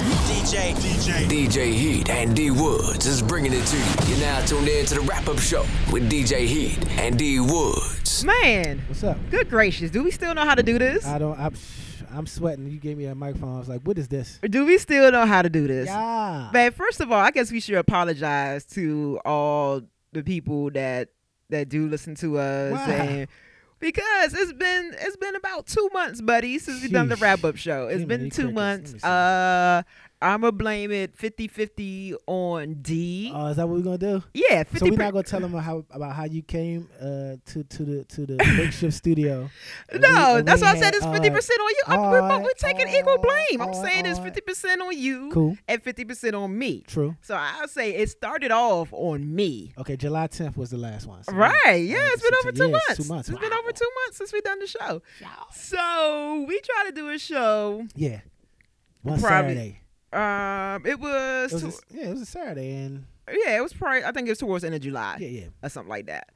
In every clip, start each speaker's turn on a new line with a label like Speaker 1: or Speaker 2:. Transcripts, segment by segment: Speaker 1: DJ. DJ.
Speaker 2: DJ Heat and D Woods is bringing it to you. You're now tuned in to the wrap up show with DJ Heat and D Woods.
Speaker 3: Man,
Speaker 4: What's up?
Speaker 3: good gracious. Do we still know how to do this?
Speaker 4: I don't. I'm, I'm sweating. You gave me a microphone. I was like, what is this?
Speaker 3: Do we still know how to do this?
Speaker 4: Yeah.
Speaker 3: But first of all, I guess we should apologize to all the people that that do listen to us
Speaker 4: Why?
Speaker 3: and because it's been it's been about two months, buddy, since we done the
Speaker 4: Sheesh.
Speaker 3: wrap up show. It's
Speaker 4: Give me
Speaker 3: been
Speaker 4: these
Speaker 3: two
Speaker 4: crickets. Let me
Speaker 3: months.
Speaker 4: see.
Speaker 3: Uh I'ma blame it 50-50 on D.
Speaker 4: Oh, is that what we're gonna do?
Speaker 3: yeah,
Speaker 4: So
Speaker 3: fifty
Speaker 4: we're not gonna tell them how about how you came uh, to to the to the makeshift studio. and we-
Speaker 3: No,
Speaker 4: and
Speaker 3: that's
Speaker 4: we
Speaker 3: why I said
Speaker 4: had,
Speaker 3: it's
Speaker 4: uh,
Speaker 3: fifty percent on you. I'm, we're,
Speaker 4: all
Speaker 3: both- we're
Speaker 4: right,
Speaker 3: taking
Speaker 4: all
Speaker 3: equal
Speaker 4: right,
Speaker 3: blame. I'm
Speaker 4: all
Speaker 3: saying it's
Speaker 4: right.
Speaker 3: fifty percent on you
Speaker 4: Cool.
Speaker 3: and fifty percent on me.
Speaker 4: True.
Speaker 3: So I'll say it started off on me.
Speaker 4: Okay, July 10th was the last one. so-
Speaker 3: Right. Yeah,
Speaker 4: Uh,
Speaker 3: it's been over two
Speaker 4: yeah,
Speaker 3: months.
Speaker 4: it's Two months.
Speaker 3: It's been
Speaker 4: Wow.
Speaker 3: over two months since we done the show. So we try to do a show.
Speaker 4: Yeah. One
Speaker 3: Probably-
Speaker 4: Saturday.
Speaker 3: Um, it was,
Speaker 4: It was a
Speaker 3: to-
Speaker 4: s- yeah, it was a Saturday, and
Speaker 3: yeah, it was probably I think it was towards the end of July
Speaker 4: yeah, yeah.
Speaker 3: or something like that.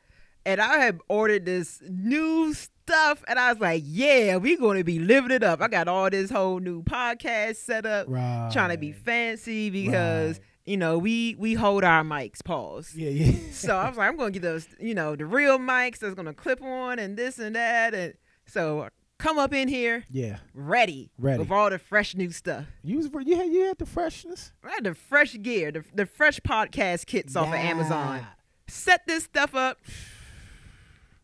Speaker 3: And I had ordered this new stuff, and I was like, "Yeah, we going to be living it up." I got all this whole new podcast set up,
Speaker 4: Right.
Speaker 3: trying to be fancy because
Speaker 4: Right.
Speaker 3: you know we we hold our mics. Pause.
Speaker 4: Yeah, yeah.
Speaker 3: so I was like, I'm gonna get those, you know, the real mics that's gonna clip on and this and that, and so come up in here
Speaker 4: yeah.
Speaker 3: ready,
Speaker 4: Ready.
Speaker 3: with all the fresh new stuff.
Speaker 4: You was you had you had the freshness.
Speaker 3: I had the fresh gear, the, the fresh podcast kits off of Amazon.
Speaker 4: Yeah.
Speaker 3: Set this stuff up.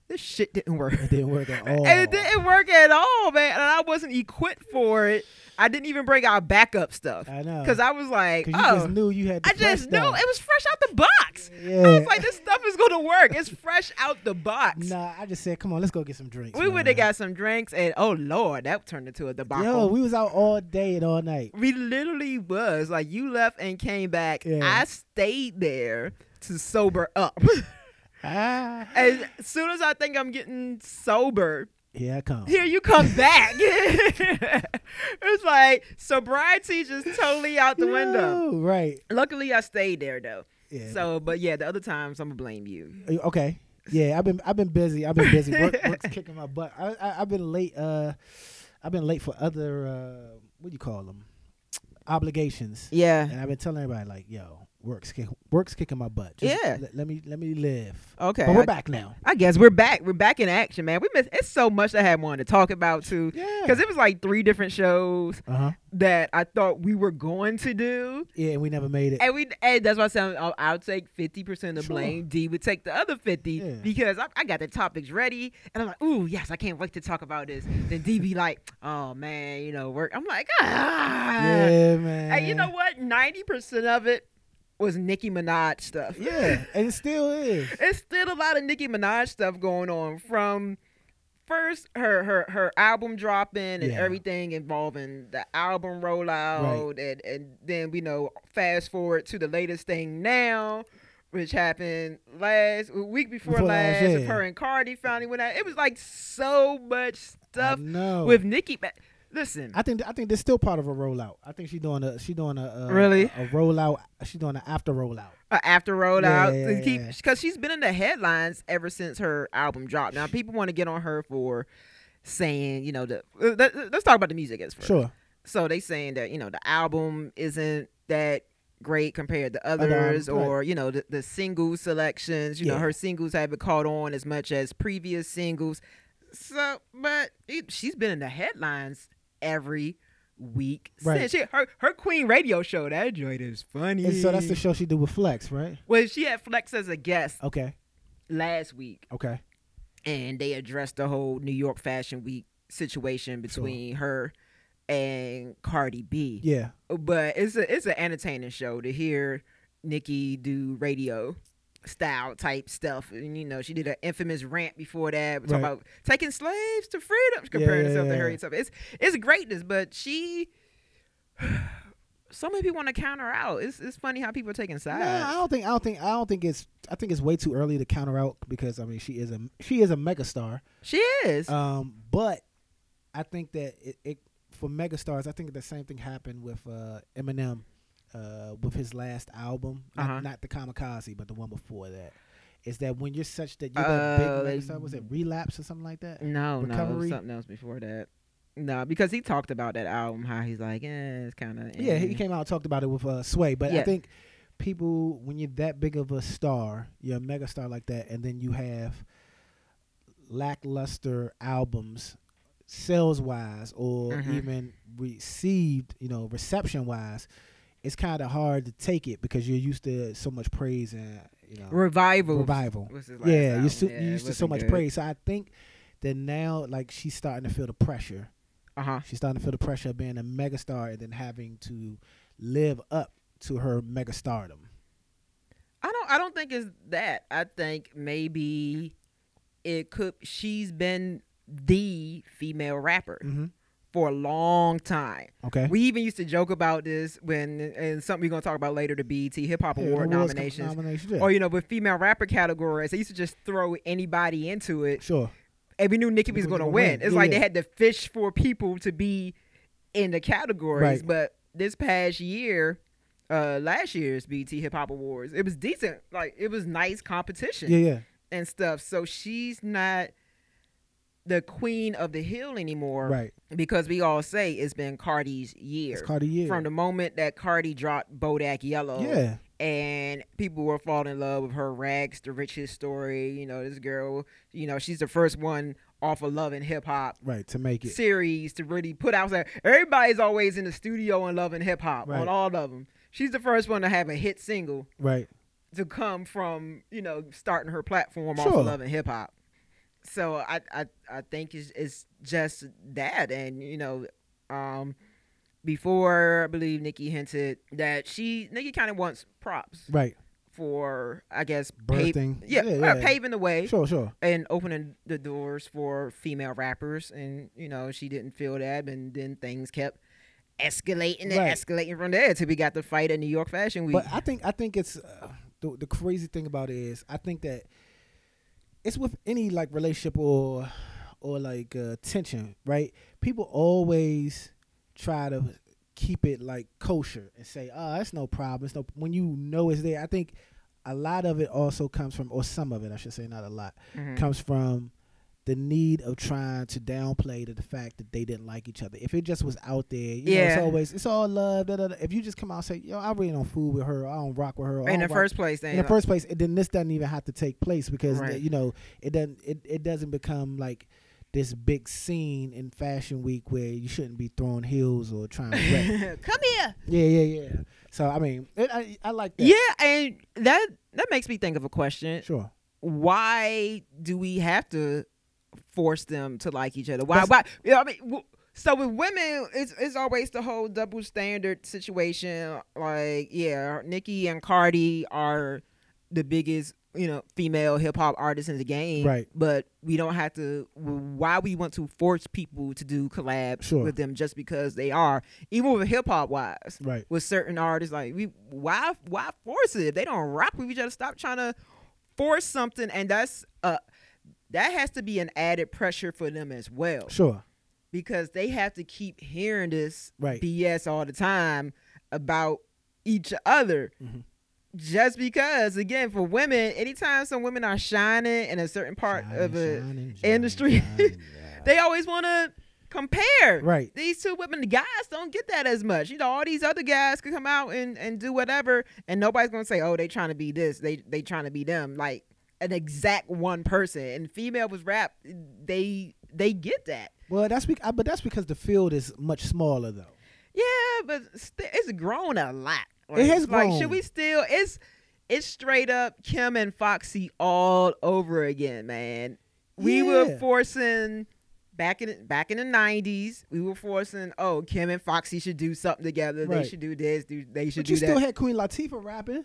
Speaker 3: This shit didn't work.
Speaker 4: It didn't work at all.
Speaker 3: And it didn't work at all, man. And I wasn't equipped for it. I didn't even bring out backup stuff.
Speaker 4: I know.
Speaker 3: Because I was like,
Speaker 4: 'Cause you
Speaker 3: oh,
Speaker 4: just knew you had. The
Speaker 3: I just
Speaker 4: fresh
Speaker 3: knew it
Speaker 4: stuff.
Speaker 3: was fresh out the box. I
Speaker 4: Yeah.
Speaker 3: was like, this stuff is gonna work. It's fresh out the box.
Speaker 4: Nah, I just said, come on, let's go get some drinks.
Speaker 3: we
Speaker 4: man."
Speaker 3: would have got some drinks, and oh lord, that turned into a debacle.
Speaker 4: Yo, we was out all day and all night.
Speaker 3: we literally was like, you left and came back.
Speaker 4: Yeah.
Speaker 3: I stayed there to sober up.
Speaker 4: Ah,
Speaker 3: as soon as I think I'm getting sober,
Speaker 4: here I come.
Speaker 3: here you come back. it's like sobriety just totally out the window.
Speaker 4: Yo, Right.
Speaker 3: Luckily, I stayed there though.
Speaker 4: Yeah.
Speaker 3: So, but yeah, the other times I'm gonna blame you.
Speaker 4: Uh, Okay. Yeah, I've been I've been busy. I've been busy. Work, work's kicking my butt. I, I I've been late. Uh, I've been late for other uh, what do you call them? Obligations.
Speaker 3: Yeah.
Speaker 4: And I've been telling everybody like, yo, work's kick, work's kicking my butt. Just
Speaker 3: Yeah.
Speaker 4: Let, let me let me live.
Speaker 3: Okay.
Speaker 4: But we're
Speaker 3: I-
Speaker 4: back now.
Speaker 3: I guess we're back. We're back in action, man. We missed. It's so much I had wanted to talk about too,
Speaker 4: Yeah.
Speaker 3: because it was like three different shows
Speaker 4: Uh huh.
Speaker 3: that I thought we were going to do,
Speaker 4: Yeah, and we never made it.
Speaker 3: and we. And that's why I said I'll, I'll take fifty percent of
Speaker 4: Sure.
Speaker 3: blame. D would take the other fifty
Speaker 4: Yeah.
Speaker 3: because I, I got the topics ready, and I'm like, ooh, yes, I can't wait to talk about this. Then D be like, oh man, you know, work. I'm like, ah,
Speaker 4: yeah, man.
Speaker 3: and you know what? Ninety percent of it was Nicki Minaj stuff.
Speaker 4: Yeah, and it still is.
Speaker 3: it's still a lot of Nicki Minaj stuff going on from first her her her album dropping and
Speaker 4: Yeah.
Speaker 3: everything involving the album rollout and and then we know fast forward to the latest thing now which happened last week before,
Speaker 4: Before
Speaker 3: last,
Speaker 4: last,
Speaker 3: of
Speaker 4: yeah.
Speaker 3: her and Cardi finally went out. It was like so much stuff
Speaker 4: No.
Speaker 3: with Nicki. Ba- Listen,
Speaker 4: I think I think this still part of a rollout. I think she doing a she doing a, a
Speaker 3: Really?
Speaker 4: a, rollout. She doing an after rollout.
Speaker 3: uh, after rollout
Speaker 4: Yeah,
Speaker 3: to
Speaker 4: yeah,
Speaker 3: keep
Speaker 4: yeah.
Speaker 3: because she's been in the headlines ever since her album dropped. Now people want to get on her for saying, you know, the uh, let, us talk about the music as first.
Speaker 4: Sure.
Speaker 3: So they saying that you know the album isn't that great compared to
Speaker 4: Other
Speaker 3: others,
Speaker 4: albums, right.
Speaker 3: or you know the, the single selections. You know
Speaker 4: Yeah.
Speaker 3: her singles haven't caught on as much as previous singles. So, but it, she's been in the headlines every week
Speaker 4: Right.
Speaker 3: since she, her her Queen radio show. That joint is funny.
Speaker 4: And so that's the show she do with Flex, right?
Speaker 3: Well, she had Flex as a guest
Speaker 4: Okay.
Speaker 3: last week,
Speaker 4: Okay.
Speaker 3: and they addressed the whole New York Fashion Week situation between her and Cardi B.
Speaker 4: Yeah.
Speaker 3: But it's a it's an entertaining show to hear Nikki do radio style type stuff. And you know, she did an infamous rant before that, talking
Speaker 4: Right.
Speaker 3: about taking slaves to freedom, comparing
Speaker 4: yeah,
Speaker 3: herself to
Speaker 4: yeah.
Speaker 3: her and stuff. It's it's greatness, but she. So many people want to count her out. It's, it's funny how people are taking sides.
Speaker 4: Nah, I don't think I don't think I don't think it's I think it's way too early to counter out because I mean she is a she is a megastar.
Speaker 3: she is.
Speaker 4: Um, but I think that it, it for megastars, I think the same thing happened with uh, Eminem uh, with his last album, not,
Speaker 3: Uh-huh.
Speaker 4: not the Kamikaze, but the one before that. Is that when you're such that you're that
Speaker 3: Uh,
Speaker 4: big megastar? Was it relapse or something like that?
Speaker 3: No, no, it was
Speaker 4: Recovery?
Speaker 3: something else before that. No, because he talked about that album how he's like, eh, it's kind of
Speaker 4: Yeah, he came out and talked about it with uh, Sway, but I
Speaker 3: Yeah.
Speaker 4: think people, when you're that big of a star, you're a mega star like that, and then you have lackluster albums, sales wise, or
Speaker 3: Mhm.
Speaker 4: even received, you know, reception wise, it's kind of hard to take it because you're used to so much praise and you know
Speaker 3: revival.
Speaker 4: revival.
Speaker 3: was his last
Speaker 4: Yeah,
Speaker 3: album.
Speaker 4: you're, su-
Speaker 3: Yeah,
Speaker 4: you're
Speaker 3: it
Speaker 4: used to so
Speaker 3: wasn't
Speaker 4: much
Speaker 3: good.
Speaker 4: praise. So I think that now, like, she's starting to feel the pressure.
Speaker 3: Uh huh.
Speaker 4: She's starting to feel the pressure of being a megastar and then having to live up to her megastardom.
Speaker 3: I don't. I don't think it's that. I think maybe it could. She's been the female rapper
Speaker 4: Mhm.
Speaker 3: for a long time.
Speaker 4: Okay.
Speaker 3: Mm-hmm. We even used to joke about this when, and something we're gonna talk about later, the BET Hip Hop
Speaker 4: Yeah,
Speaker 3: Award
Speaker 4: the awards com-
Speaker 3: nominations, Oh,
Speaker 4: nominations, yeah.
Speaker 3: or you know, with female rapper categories, they used to just throw anybody into it,
Speaker 4: sure.
Speaker 3: and we knew Nicki was
Speaker 4: was
Speaker 3: gonna
Speaker 4: gonna
Speaker 3: win.
Speaker 4: win.
Speaker 3: It's
Speaker 4: Yeah,
Speaker 3: like
Speaker 4: yeah.
Speaker 3: they had to fish for people to be in the categories,
Speaker 4: Right.
Speaker 3: but this past year. Uh, last year's BET Hip Hop Awards, it was decent. Like it was nice competition
Speaker 4: Yeah, yeah.
Speaker 3: and stuff. So she's not the queen of the hill anymore,
Speaker 4: Right.
Speaker 3: Because we all say it's been Cardi's year.
Speaker 4: It's Cardi year.
Speaker 3: From the moment that Cardi dropped Bodak Yellow,
Speaker 4: Yeah.
Speaker 3: and people were falling in love with her rags to riches story. You know, this girl, you know, she's the first one off of Love and Hip Hop
Speaker 4: Right, to make it.
Speaker 3: series to really put out. Like, everybody's always in the studio and loving hip hop
Speaker 4: Right.
Speaker 3: on all of them. She's the first one to have a hit single
Speaker 4: Right.
Speaker 3: to come from you know starting her platform off
Speaker 4: Sure.
Speaker 3: of love and hip hop. So I, I I think it's it's just that, and you know, um, before I believe Nikki hinted that she Nikki kind of wants props
Speaker 4: Right.
Speaker 3: for I guess
Speaker 4: Birthing.
Speaker 3: yeah,
Speaker 4: Yeah,
Speaker 3: uh,
Speaker 4: yeah.
Speaker 3: paving the way
Speaker 4: Sure, sure.
Speaker 3: and opening the doors for female rappers, and you know she didn't feel that, and then things kept escalating and
Speaker 4: Right.
Speaker 3: escalating from there till we got the fight at New York Fashion Week.
Speaker 4: But I think I think it's uh, the the crazy thing about it is I think that it's with any like relationship or or like uh, tension, right? People always try to keep it like kosher and say, "Oh, it's no problem." It's no when you know it's there. I think a lot of it also comes from, or some of it, I should say, not a lot,
Speaker 3: Mhm.
Speaker 4: comes from the need of trying to downplay to the fact that they didn't like each other. If it just was out there, you know,
Speaker 3: Yeah.
Speaker 4: it's always it's all love. Da, da, da. If you just come out and say, "Yo, I really don't fool with her. I don't rock with her." or I
Speaker 3: in the
Speaker 4: don't rock
Speaker 3: first place, then
Speaker 4: in the first place, and then this doesn't even have to take place because
Speaker 3: Right.
Speaker 4: the- you know it doesn't it, it doesn't become like this big scene in Fashion Week where you shouldn't be throwing heels or trying to rap.
Speaker 3: come here.
Speaker 4: yeah, yeah, yeah. So I mean, it, I I like that.
Speaker 3: Yeah, and that that makes me think of a question.
Speaker 4: sure.
Speaker 3: Why do we have to force them to like each other? Why?
Speaker 4: That's-
Speaker 3: why? You know, I mean, w- so with women, it's it's always the whole double standard situation. Like, yeah, Nicki and Cardi are the biggest, you know, female hip hop artists in the game.
Speaker 4: Right.
Speaker 3: But we don't have to. Why we want to force people to do collabs
Speaker 4: Sure.
Speaker 3: with them just because they are, even with hip hop wise
Speaker 4: Right.
Speaker 3: with certain artists. Like we why why force it? If they don't rock with each other, stop trying to force something and that's uh that has to be an added pressure for them as well.
Speaker 4: Sure.
Speaker 3: Because they have to keep hearing this
Speaker 4: Right.
Speaker 3: BS all the time about each other.
Speaker 4: Mhm.
Speaker 3: Just because, again, for women, anytime some women are shining in a certain part of a
Speaker 4: Shining,
Speaker 3: industry.
Speaker 4: shining, yeah.
Speaker 3: they always want to compare
Speaker 4: Right.
Speaker 3: these two women the guys don't get that as much you know all these other guys could come out and, and do whatever and nobody's gonna say oh they trying to be this they they trying to be them like an exact one person and female was rap they they get that
Speaker 4: well, that's bec- I- but that's because the field is much smaller though.
Speaker 3: yeah but st- it's grown a lot
Speaker 4: It has
Speaker 3: like
Speaker 4: grown.
Speaker 3: should we still it's it's straight up kim and foxy all over again man we
Speaker 4: Yeah.
Speaker 3: were forcing back in back in the nineties. We were forcing, oh, Kim and Foxy should do something together.
Speaker 4: Right.
Speaker 3: They should do this. Do they should
Speaker 4: But you
Speaker 3: do
Speaker 4: still
Speaker 3: that?
Speaker 4: had Queen Latifah rapping.
Speaker 3: yeah,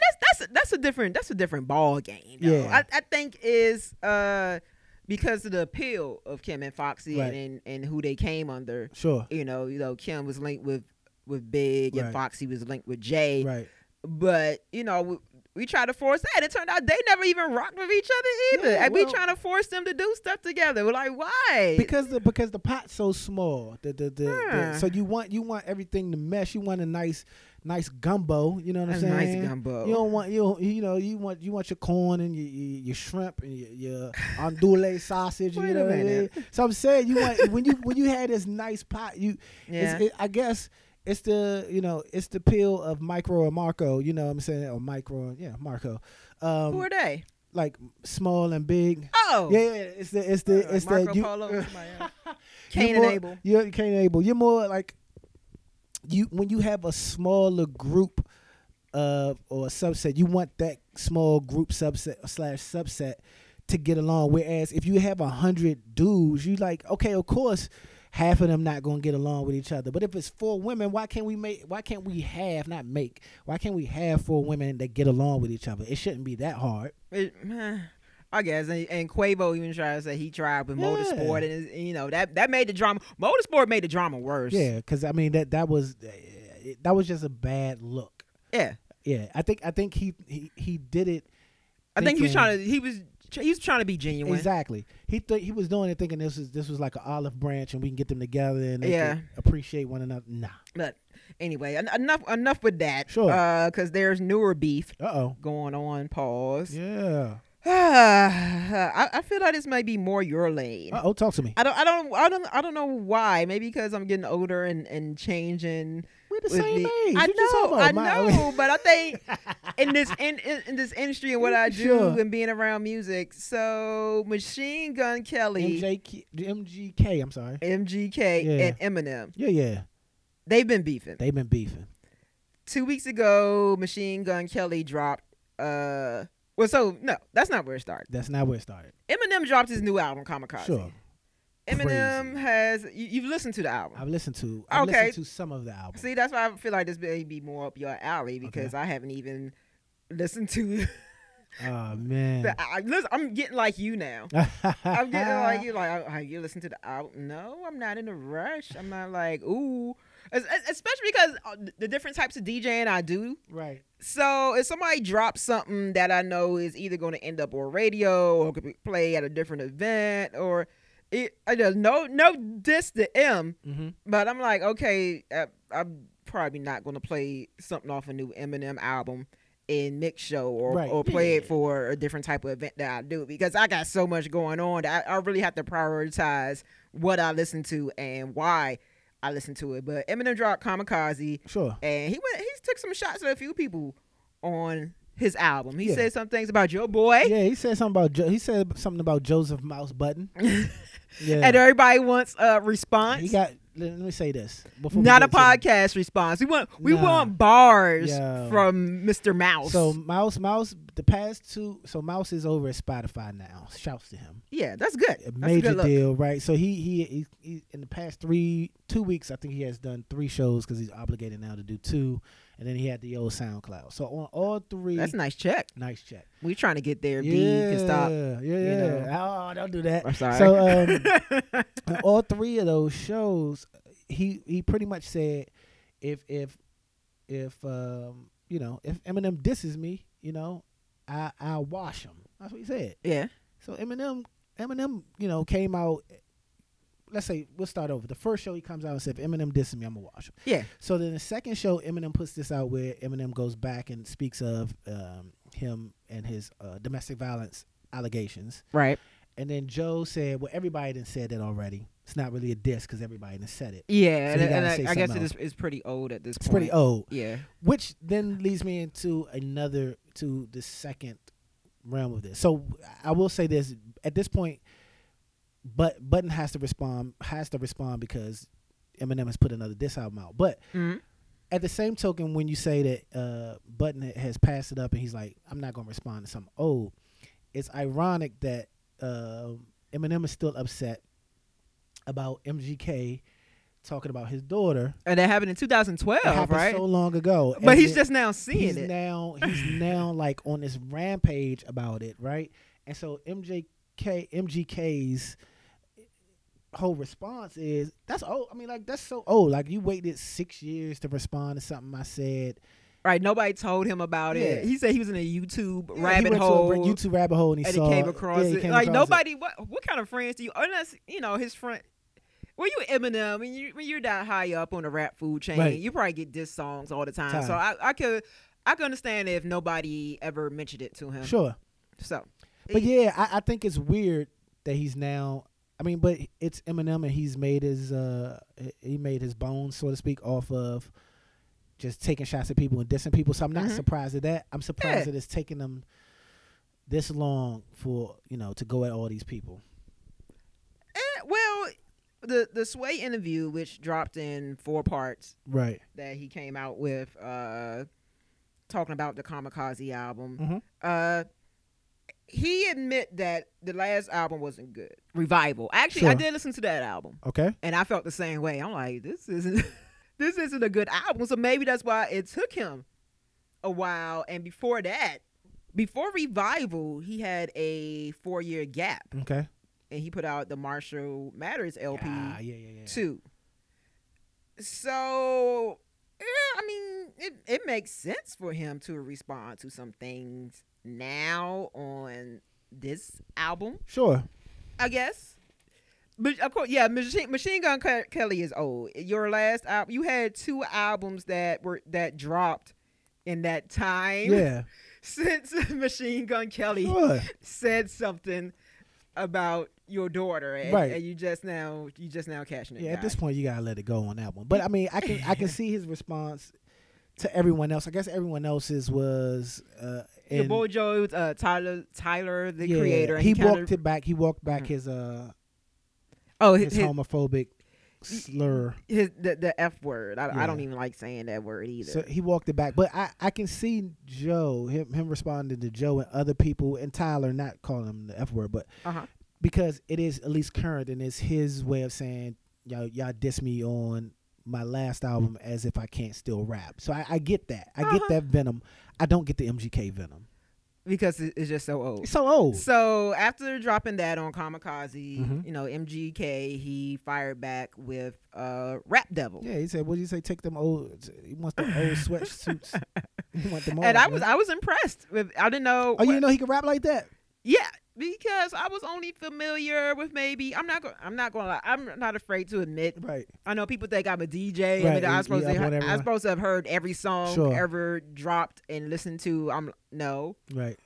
Speaker 3: that's that's a, that's a different that's a different ball game. Though.
Speaker 4: Yeah.
Speaker 3: I, I think is uh because of the appeal of Kim and Foxy
Speaker 4: Right.
Speaker 3: and, and who they came under.
Speaker 4: Sure.
Speaker 3: You know, you know, Kim was linked with with Big
Speaker 4: Right.
Speaker 3: and Foxy was linked with Jay.
Speaker 4: Right.
Speaker 3: But you know, w- we try to force that. It turned out they never even rocked with each other either.
Speaker 4: Yeah,
Speaker 3: and we
Speaker 4: well-
Speaker 3: trying to force them to do stuff together. We're like, why?
Speaker 4: because the because the pot's so small. The, the, the, the-
Speaker 3: Yeah.
Speaker 4: so you want you want everything to mesh. You want a nice nice gumbo. You know what I'm
Speaker 3: A nice
Speaker 4: saying?
Speaker 3: gumbo.
Speaker 4: You don't want you don't- you know you want you want your corn and your, your, your shrimp and your, your andouille sausage.
Speaker 3: Wait
Speaker 4: you
Speaker 3: a
Speaker 4: know what I mean?
Speaker 3: minute.
Speaker 4: So I'm saying you want when you when you had this nice pot. You
Speaker 3: Yeah.
Speaker 4: it's, it, I guess. It's the you know it's the pill of micro and Marco you know what I'm saying or micro yeah Marco, um,
Speaker 3: Who are they?
Speaker 4: like small and big
Speaker 3: Oh,
Speaker 4: yeah, yeah it's the it's the it's
Speaker 3: Marco
Speaker 4: the you,
Speaker 3: Polo. and somebody else.
Speaker 4: you're
Speaker 3: Cain and
Speaker 4: more-
Speaker 3: Abel.
Speaker 4: You're Cain and Abel. You're more like you when you have a smaller group of or a subset. You want that small group subset slash subset to get along. Whereas if you have a hundred dudes, you like okay, of course. Half of them not gonna get along with each other, but if it's four women, why can't we make? Why can't we have not make? Why can't we have four women that get along with each other? It shouldn't be that hard.
Speaker 3: It- eh, I guess, and, and Quavo even tried to say he tried with
Speaker 4: Yeah.
Speaker 3: motorsport, and it's- you know that that made the drama. Motorsport made the drama worse.
Speaker 4: Yeah, because I mean that that was eh, that was just a bad look.
Speaker 3: yeah.
Speaker 4: Yeah, I think I think he he, he did it.
Speaker 3: I think he was
Speaker 4: thinking-
Speaker 3: trying to. He was he was trying to be genuine.
Speaker 4: exactly. He th- he was doing it thinking this is this was like an olive branch and we can get them together and they
Speaker 3: Yeah.
Speaker 4: can appreciate one another. Nah.
Speaker 3: But anyway, en- enough enough with that.
Speaker 4: Sure.
Speaker 3: Because there's newer beef
Speaker 4: Uh oh.
Speaker 3: going on. Pause.
Speaker 4: Yeah.
Speaker 3: I, I feel like this might be more your lane.
Speaker 4: Uh oh. Talk to me.
Speaker 3: I don't, I don't, I don't, I don't know why. Maybe because I'm getting older and and changing.
Speaker 4: We're the
Speaker 3: with
Speaker 4: same
Speaker 3: the-
Speaker 4: age.
Speaker 3: I
Speaker 4: You just
Speaker 3: know,
Speaker 4: homo.
Speaker 3: I
Speaker 4: My-
Speaker 3: know, but I think in this in, in, in this industry and what I do
Speaker 4: Sure.
Speaker 3: and being around music, so Machine Gun Kelly,
Speaker 4: MJK, MGK. I'm sorry.
Speaker 3: MGK,
Speaker 4: Yeah.
Speaker 3: and Eminem,
Speaker 4: Yeah, yeah.
Speaker 3: they've been beefing.
Speaker 4: They've been beefing.
Speaker 3: two weeks ago, Machine Gun Kelly dropped. uh Well, so no, that's not where it started.
Speaker 4: That's not where it started.
Speaker 3: Eminem dropped his new album, Kamikaze.
Speaker 4: Sure.
Speaker 3: Eminem
Speaker 4: Crazy.
Speaker 3: has you, you've listened to the album.
Speaker 4: I've listened to. I've
Speaker 3: Okay.
Speaker 4: listened to some of the album.
Speaker 3: See, that's why I feel like this may be more up your alley because I haven't even listened to.
Speaker 4: Oh man.
Speaker 3: The, I, I- listen, I'm getting like you now. I'm getting like you. Like oh, you listen to the album? No, I'm not in a rush. I'm not like ooh, Es- es- especially because uh, the different types of DJing I do.
Speaker 4: right.
Speaker 3: So if somebody drops something that I know is either going to end up on radio or could be played at a different event or it, I just no no diss to M,
Speaker 4: Mm-hmm.
Speaker 3: but I'm like okay, I, I'm probably not going to play something off a new Eminem album in mix show or
Speaker 4: Right.
Speaker 3: or play it
Speaker 4: Yeah.
Speaker 3: for a different type of event that I do because I got so much going on that I, I really have to prioritize what I listen to and why I listen to it. But Eminem dropped Kamikaze
Speaker 4: Sure.
Speaker 3: and he went he took some shots at a few people on his album. He
Speaker 4: Yeah.
Speaker 3: said some things about your boy.
Speaker 4: Yeah, he said something about jo- he said something about Joseph Mouse Button. Yeah,
Speaker 3: And everybody wants a response.
Speaker 4: he got. Let, let me say this. Before we
Speaker 3: not a
Speaker 4: get to-
Speaker 3: podcast response. We want we
Speaker 4: Nah.
Speaker 3: want bars
Speaker 4: Yo.
Speaker 3: from Mr. Mouse.
Speaker 4: So Mouse, Mouse, the past two. So Mouse is over at Spotify now. Shouts to him.
Speaker 3: yeah, that's good.
Speaker 4: A
Speaker 3: That's a
Speaker 4: major
Speaker 3: good look.
Speaker 4: deal, right? So he, he he he in the past three two weeks, I think he has done three shows because he's obligated now to do two, and then he had the old SoundCloud. So on all three,
Speaker 3: That's a nice check.
Speaker 4: nice check.
Speaker 3: We trying to get there.
Speaker 4: Yeah,
Speaker 3: B can stop.
Speaker 4: yeah,
Speaker 3: know.
Speaker 4: yeah. Oh, don't do that.
Speaker 3: I'm sorry.
Speaker 4: So um, on all three of those shows, he he pretty much said, if if if um you know if Eminem disses me, you know, I I wash him. That's what he said.
Speaker 3: yeah.
Speaker 4: So Eminem Eminem you know came out. Let's say we'll start over. The first show he comes out and said, if Eminem disses me, I'm gonna wash him.
Speaker 3: Yeah.
Speaker 4: So then the second show, Eminem puts this out where Eminem goes back and speaks of um, him and his uh, domestic violence allegations.
Speaker 3: Right.
Speaker 4: And then Joe said, "Well, everybody done said that already. It's not really a diss because everybody done said it.
Speaker 3: Yeah.
Speaker 4: So
Speaker 3: and
Speaker 4: you gotta
Speaker 3: and
Speaker 4: say
Speaker 3: I, I guess it
Speaker 4: something
Speaker 3: is it's pretty old at this
Speaker 4: It's
Speaker 3: point.
Speaker 4: pretty old."
Speaker 3: Yeah.
Speaker 4: Which then leads me into another to the second realm of this. So I will say this at this point, but Button has to respond has to respond because Eminem has put another diss album out. But
Speaker 3: Mhm.
Speaker 4: at the same token, when you say that uh, Button has passed it up and he's like, I'm not going to respond to something old, it's ironic that uh, Eminem is still upset about MGK talking about his daughter.
Speaker 3: And that happened in 2012,
Speaker 4: It happened
Speaker 3: Oh, right?
Speaker 4: so long ago.
Speaker 3: but
Speaker 4: And
Speaker 3: he's
Speaker 4: then
Speaker 3: just now seeing
Speaker 4: he's
Speaker 3: it.
Speaker 4: now he's now like on this rampage about it, right? And so MJK MGK's whole response is that's old. I mean, like that's so old. Like you waited six years to respond to something I said
Speaker 3: Right, nobody told him about it.
Speaker 4: Yeah.
Speaker 3: He said he was in a YouTube
Speaker 4: Yeah, he
Speaker 3: rabbit
Speaker 4: went to a
Speaker 3: hole.
Speaker 4: YouTube rabbit hole, and he
Speaker 3: and
Speaker 4: saw
Speaker 3: he came across
Speaker 4: yeah, he
Speaker 3: it.
Speaker 4: came
Speaker 3: like
Speaker 4: across it.
Speaker 3: nobody, what what kind of friends do you? Unless you know his friend. Well, you Eminem, and you when you're that high up on the rap food chain,
Speaker 4: Right.
Speaker 3: you probably get diss songs all the time.
Speaker 4: Time.
Speaker 3: So I, I could I could understand if nobody ever mentioned it to him.
Speaker 4: Sure,
Speaker 3: So,
Speaker 4: but
Speaker 3: he-
Speaker 4: yeah, I, I think it's weird that he's now. I mean, but it's Eminem, and he's made his uh he- he made his bones, so to speak, off of just taking shots at people and dissing people. So I'm not
Speaker 3: Mhm.
Speaker 4: surprised at that. I'm surprised
Speaker 3: Yeah.
Speaker 4: that it's taking them this long for you know to go at all these people.
Speaker 3: eh, well, the the Sway interview, which dropped in four parts,
Speaker 4: Right.
Speaker 3: that he came out with, uh, talking about the Kamikaze album.
Speaker 4: Mhm.
Speaker 3: Uh, he admit that the last album wasn't good. Revival. Actually, I
Speaker 4: Sure.
Speaker 3: did listen to that album,
Speaker 4: Okay.
Speaker 3: and I felt the same way. I'm like, this isn't this isn't a good album. So maybe that's why it took him a while. And before that, before Revival, he had a four year gap,
Speaker 4: Okay.
Speaker 3: and he put out the Marshall Matters LP
Speaker 4: Ah, yeah, yeah, yeah.
Speaker 3: too. So, yeah, I mean, it, it makes sense for him to respond to some things now on this album,
Speaker 4: Sure.
Speaker 3: I guess. But of course, yeah, Machine, Machine Gun Ke- Kelly is old. Your last album, you had two albums that were that dropped in that time
Speaker 4: Yeah.
Speaker 3: since Machine Gun Kelly
Speaker 4: Sure.
Speaker 3: said something about your daughter, and,
Speaker 4: Right.
Speaker 3: and you just now you just now cashing it.
Speaker 4: Yeah, at
Speaker 3: guys.
Speaker 4: this point you gotta let it go on that one. But I mean, I can I can see his response to everyone else. I guess everyone else's was uh,
Speaker 3: Your
Speaker 4: in-
Speaker 3: boy Joe, uh, Tyler, Tyler, the
Speaker 4: yeah,
Speaker 3: creator. and
Speaker 4: He,
Speaker 3: kinda-
Speaker 4: walked it back. He walked back his uh
Speaker 3: Oh,
Speaker 4: his
Speaker 3: his, his,
Speaker 4: homophobic slur.
Speaker 3: his- the, the F word. I, I
Speaker 4: Yeah.
Speaker 3: don't even like saying that word either.
Speaker 4: So he walked it back. But I I can see Joe him him responding to Joe and other people and Tyler not calling him the f word, but
Speaker 3: uh-huh.
Speaker 4: because it is at least current and it's his way of saying y'all y'all diss me on my last album as if I can't still rap. So I, I get that. I get
Speaker 3: Uh-huh.
Speaker 4: that venom. I don't get the MGK venom.
Speaker 3: Because it, it's just so old.
Speaker 4: It's so old.
Speaker 3: So after dropping that on Kamikaze,
Speaker 4: Mhm.
Speaker 3: you know, MGK, he fired back with uh, Rap Devil.
Speaker 4: yeah, he said, "What did you say? Take them old. He wants the old sweatsuits. he want them all."
Speaker 3: And I was
Speaker 4: man.
Speaker 3: I was impressed with I didn't know
Speaker 4: oh,
Speaker 3: what-
Speaker 4: you didn't know he could rap like that?
Speaker 3: Yeah, because I was only familiar with maybe I'm not going I'm not going to I'm not afraid to admit
Speaker 4: Right.
Speaker 3: I know people think I'm a DJ. I
Speaker 4: Right,
Speaker 3: mean,
Speaker 4: you-
Speaker 3: I'm
Speaker 4: you
Speaker 3: supposed
Speaker 4: up
Speaker 3: to.
Speaker 4: on
Speaker 3: I'm
Speaker 4: everyone.
Speaker 3: supposed to have heard every song
Speaker 4: Sure.
Speaker 3: ever dropped and listened to. I'm no.
Speaker 4: Right.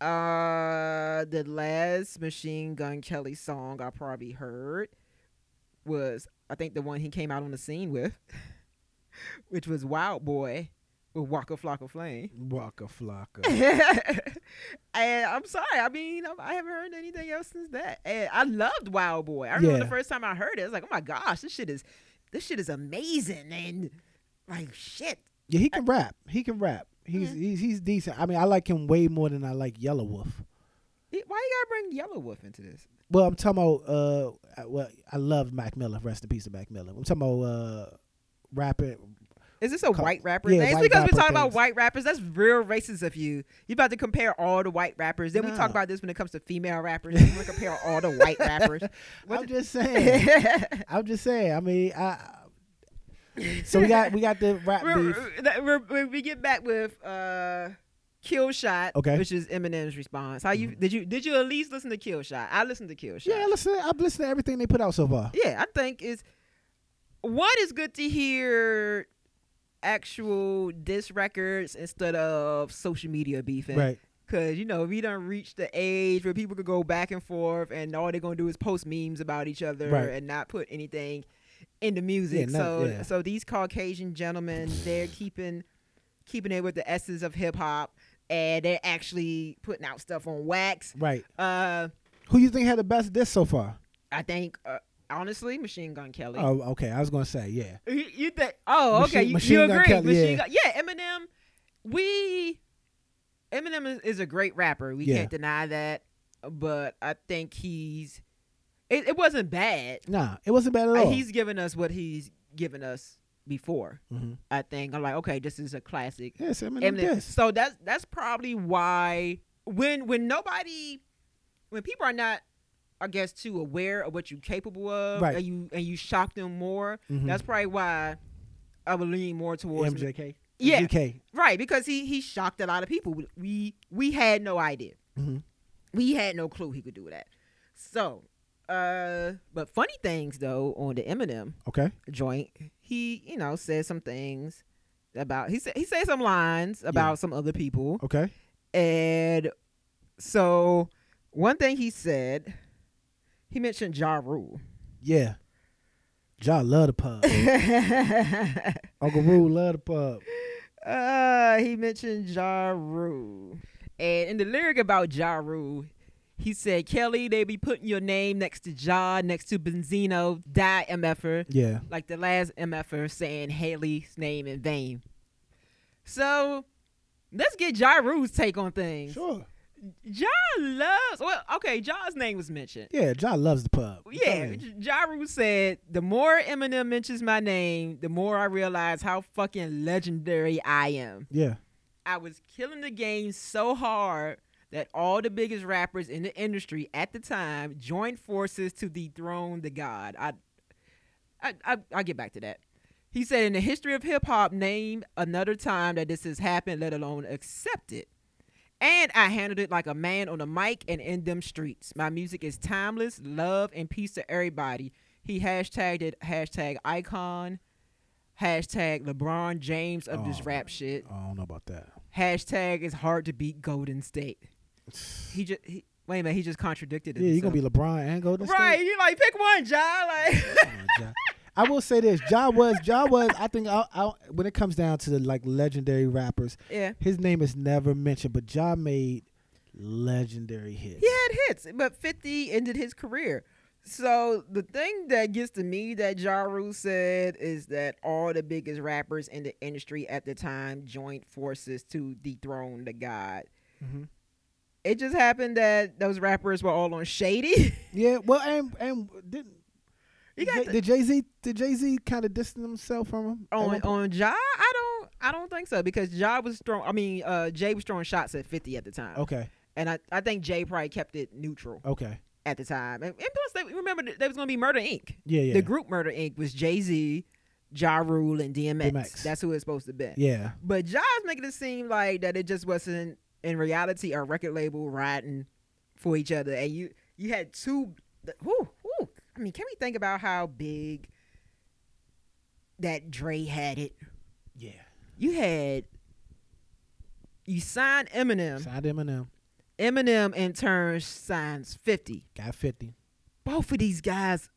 Speaker 3: Uh, the last Machine Gun Kelly song I probably heard was I think the one he came out on the scene with, which was Wild Boy with Waka Flocka Flame.
Speaker 4: Waka flocka.
Speaker 3: and I'm sorry. I mean, I- I haven't heard anything else since that. And I loved Wild Boy. I remember the
Speaker 4: Yeah.
Speaker 3: first time I heard it, I was like, "Oh my gosh, this shit is, this shit is amazing!" And like, shit.
Speaker 4: yeah, he can rap. He can rap. He's, he's he's decent. I mean, I like him way more than I like Yellow Wolf.
Speaker 3: Why you gotta bring Yellow Wolf into this?
Speaker 4: Well, I'm talking about uh, I- well, I love Mac Miller. Rest in peace to Mac Miller. I'm talking about uh, rapping.
Speaker 3: Is this a
Speaker 4: Co-
Speaker 3: white rapper
Speaker 4: yeah,
Speaker 3: thing? It's
Speaker 4: white
Speaker 3: because we're
Speaker 4: rapper
Speaker 3: talking about
Speaker 4: things.
Speaker 3: white rappers. That's real racist of you. You about to compare all the white rappers. Then we
Speaker 4: No.
Speaker 3: talk about this when it comes to female rappers. You want to compare all the white rappers. What
Speaker 4: I'm
Speaker 3: the-
Speaker 4: just saying. I'm just saying. I mean, I. So we got we got the rap
Speaker 3: we're, uh,
Speaker 4: beef.
Speaker 3: that- we're- we we get back with uh, Kill Shot,
Speaker 4: Okay. Mm-hmm.
Speaker 3: which is Eminem's response. How you did you did you at least listen to Kill Shot? I listened to Kill Shot.
Speaker 4: Yeah, listen. I've listened to everything they put out so far.
Speaker 3: yeah. I think it's one is good to hear actual disc records instead of social media beefing.
Speaker 4: Right.
Speaker 3: Cause you know we done reached the age where people could go back and forth, and all they're gonna do is post memes about each other
Speaker 4: Right.
Speaker 3: and not put anything in the music.
Speaker 4: Yeah, no-
Speaker 3: so,
Speaker 4: yeah.
Speaker 3: so these Caucasian gentlemen, they're keeping keeping it with the essence of hip hop, and they're actually putting out stuff on wax.
Speaker 4: Right.
Speaker 3: Uh,
Speaker 4: Who you think had the best disc so far?
Speaker 3: I think uh, honestly, Machine Gun Kelly.
Speaker 4: Oh, okay. I was gonna say yeah.
Speaker 3: You, you think? Oh,
Speaker 4: Machine-
Speaker 3: okay. You,
Speaker 4: Machine
Speaker 3: you
Speaker 4: Gun
Speaker 3: agree?
Speaker 4: Kelly,
Speaker 3: Machine
Speaker 4: yeah.
Speaker 3: Gun- yeah, Eminem. We Eminem is, is a great rapper. We
Speaker 4: Yeah.
Speaker 3: can't deny that. But I think he's it, it wasn't bad.
Speaker 4: Nah, it wasn't bad at
Speaker 3: Uh,
Speaker 4: all.
Speaker 3: He's given us what he's given us before.
Speaker 4: Mhm.
Speaker 3: I think I'm like, okay, this is a classic.
Speaker 4: yes, Eminem.
Speaker 3: Eminem.
Speaker 4: disc.
Speaker 3: So that's that's probably why when when nobody when people are not I guess too aware of what you're capable of
Speaker 4: Right.
Speaker 3: and you and you shock them more,
Speaker 4: Mhm.
Speaker 3: that's probably why I would lean more towards
Speaker 4: MJK.
Speaker 3: Yeah.
Speaker 4: DK.
Speaker 3: Right, because he he shocked a lot of people. We we had no idea.
Speaker 4: Mhm.
Speaker 3: We had no clue he could do that. So, uh but funny things though on the Eminem
Speaker 4: Okay.
Speaker 3: joint, he you know said some things about he said he said some lines about some other people,
Speaker 4: Okay.
Speaker 3: and so one thing he said, he mentioned Ja Rule.
Speaker 4: Yeah. Ja love the pub. Uncle Rue love the pub.
Speaker 3: Uh, he mentioned Ja Rule. And in the lyric about Ja Rule, he said, Kelly, they be putting your name next to Ja, next to Benzino, die MFer,
Speaker 4: Yeah.
Speaker 3: er, like the last MFer saying Haley's name in vain. So let's get Ja Rule's take on things.
Speaker 4: Sure.
Speaker 3: Ja loves, well, okay, Ja's name was mentioned.
Speaker 4: Yeah, Ja loves the pub. I'm
Speaker 3: Yeah,
Speaker 4: telling you.
Speaker 3: Ja Rule said, the more Eminem mentions my name, the more I realize how fucking legendary I am.
Speaker 4: Yeah.
Speaker 3: I was killing the game so hard that all the biggest rappers in the industry at the time joined forces to dethrone the god. I, I, I I'll get back to that. He said, in the history of hip hop, name another time that this has happened, let alone accepted. And I handled it like a man on a mic and in them streets. My music is timeless, love and peace to everybody. He hashtagged it, hashtag icon, hashtag LeBron James of this
Speaker 4: Oh,
Speaker 3: rap shit.
Speaker 4: I don't know about that.
Speaker 3: Hashtag it's hard to beat Golden State. He just he, wait a minute. He just contradicted it.
Speaker 4: Yeah, you're gonna be LeBron and Golden State.
Speaker 3: right. You like pick one, Ja. Like
Speaker 4: Come on, Ja. I will say this: Ja was, Ja was. I think I, I, when it comes down to the like legendary rappers,
Speaker 3: yeah,
Speaker 4: his name is never mentioned, but Ja made legendary hits.
Speaker 3: he had hits, but Fifty ended his career. So the thing that gets to me that Ja Rule said is that all the biggest rappers in the industry at the time joined forces to dethrone the god.
Speaker 4: Mhm.
Speaker 3: It just happened that those rappers were all on Shady.
Speaker 4: Yeah. Well, and and didn't
Speaker 3: you got the- Oh,
Speaker 4: did Jay Z did Jay Z kind of distance himself from him? at
Speaker 3: on
Speaker 4: one point?
Speaker 3: on Ja, I don't I don't think so because Ja was throwing. I mean, uh, Jay was throwing shots at fifty at the time.
Speaker 4: Okay.
Speaker 3: and I, I think Jay probably kept it neutral
Speaker 4: Okay.
Speaker 3: at the time. And, and plus, they remember that there was gonna be Murder Inc.
Speaker 4: Yeah. Yeah.
Speaker 3: The group Murder Inc. was Jay Z, Ja Rule, and DMX.
Speaker 4: DMX.
Speaker 3: That's who it's supposed to be.
Speaker 4: Yeah.
Speaker 3: But Ja's making it seem like that it just wasn't in reality a record label riding for each other, and you you had two. the- Whoo, whoo. I mean, can we think about how big that Dre had it?
Speaker 4: Yeah.
Speaker 3: you had you signed Eminem.
Speaker 4: Signed Eminem.
Speaker 3: Eminem in turn signs 50.
Speaker 4: Got fifty.
Speaker 3: Both of these guys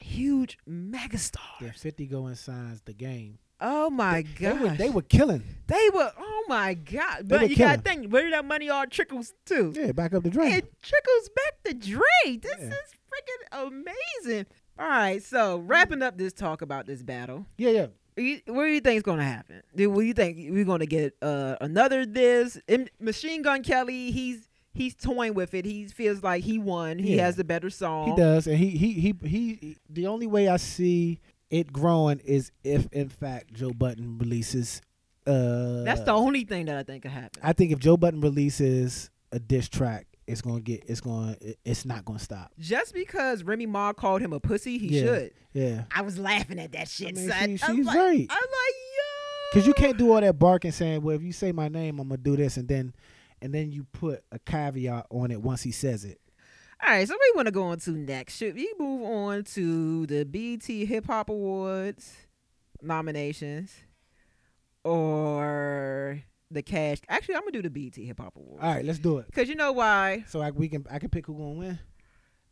Speaker 3: huge megastars.
Speaker 4: Yeah. Fifty going signs the game.
Speaker 3: Oh my
Speaker 4: They
Speaker 3: god.
Speaker 4: were, they were killing.
Speaker 3: they were oh my god.
Speaker 4: They were
Speaker 3: But you got to
Speaker 4: killing.
Speaker 3: think where did that money all trickles to?
Speaker 4: Yeah. Back up the drain.
Speaker 3: It trickles back to Dre. This
Speaker 4: Yeah.
Speaker 3: is freaking amazing. All right, so wrapping up this talk about this battle.
Speaker 4: yeah. Yeah.
Speaker 3: You- What do you think is going to happen? Do what do you think we're going to get uh, another this? And Machine Gun Kelly, he's he's toying with it. He feels like he won. He
Speaker 4: Yeah.
Speaker 3: has the better song.
Speaker 4: He does, and he, he he he The only way I see it growing is if, in fact, Joe Button releases. Uh,
Speaker 3: That's the only thing that I think could happen.
Speaker 4: I think if Joe Button releases a diss track, it's gonna get. It's going. to It's not gonna stop.
Speaker 3: Just because Remy Ma called him a pussy, he
Speaker 4: Yeah.
Speaker 3: should.
Speaker 4: Yeah,
Speaker 3: I was laughing at that shit,
Speaker 4: I mean,
Speaker 3: son.
Speaker 4: she-
Speaker 3: I was
Speaker 4: she's
Speaker 3: like,
Speaker 4: right.
Speaker 3: I was like, yo.
Speaker 4: because you can't do all that barking saying, "Well, if you say my name, I'm gonna do this," and then, and then you put a caveat on it once he says it.
Speaker 3: All right, so we want to go on to next. Should we move on to the BT Hip Hop Awards nominations or the cash? Actually, I'm gonna do the BT Hip Hop Awards
Speaker 4: All right, let's do it.
Speaker 3: because you know why
Speaker 4: So I, we can. I can pick who gonna win.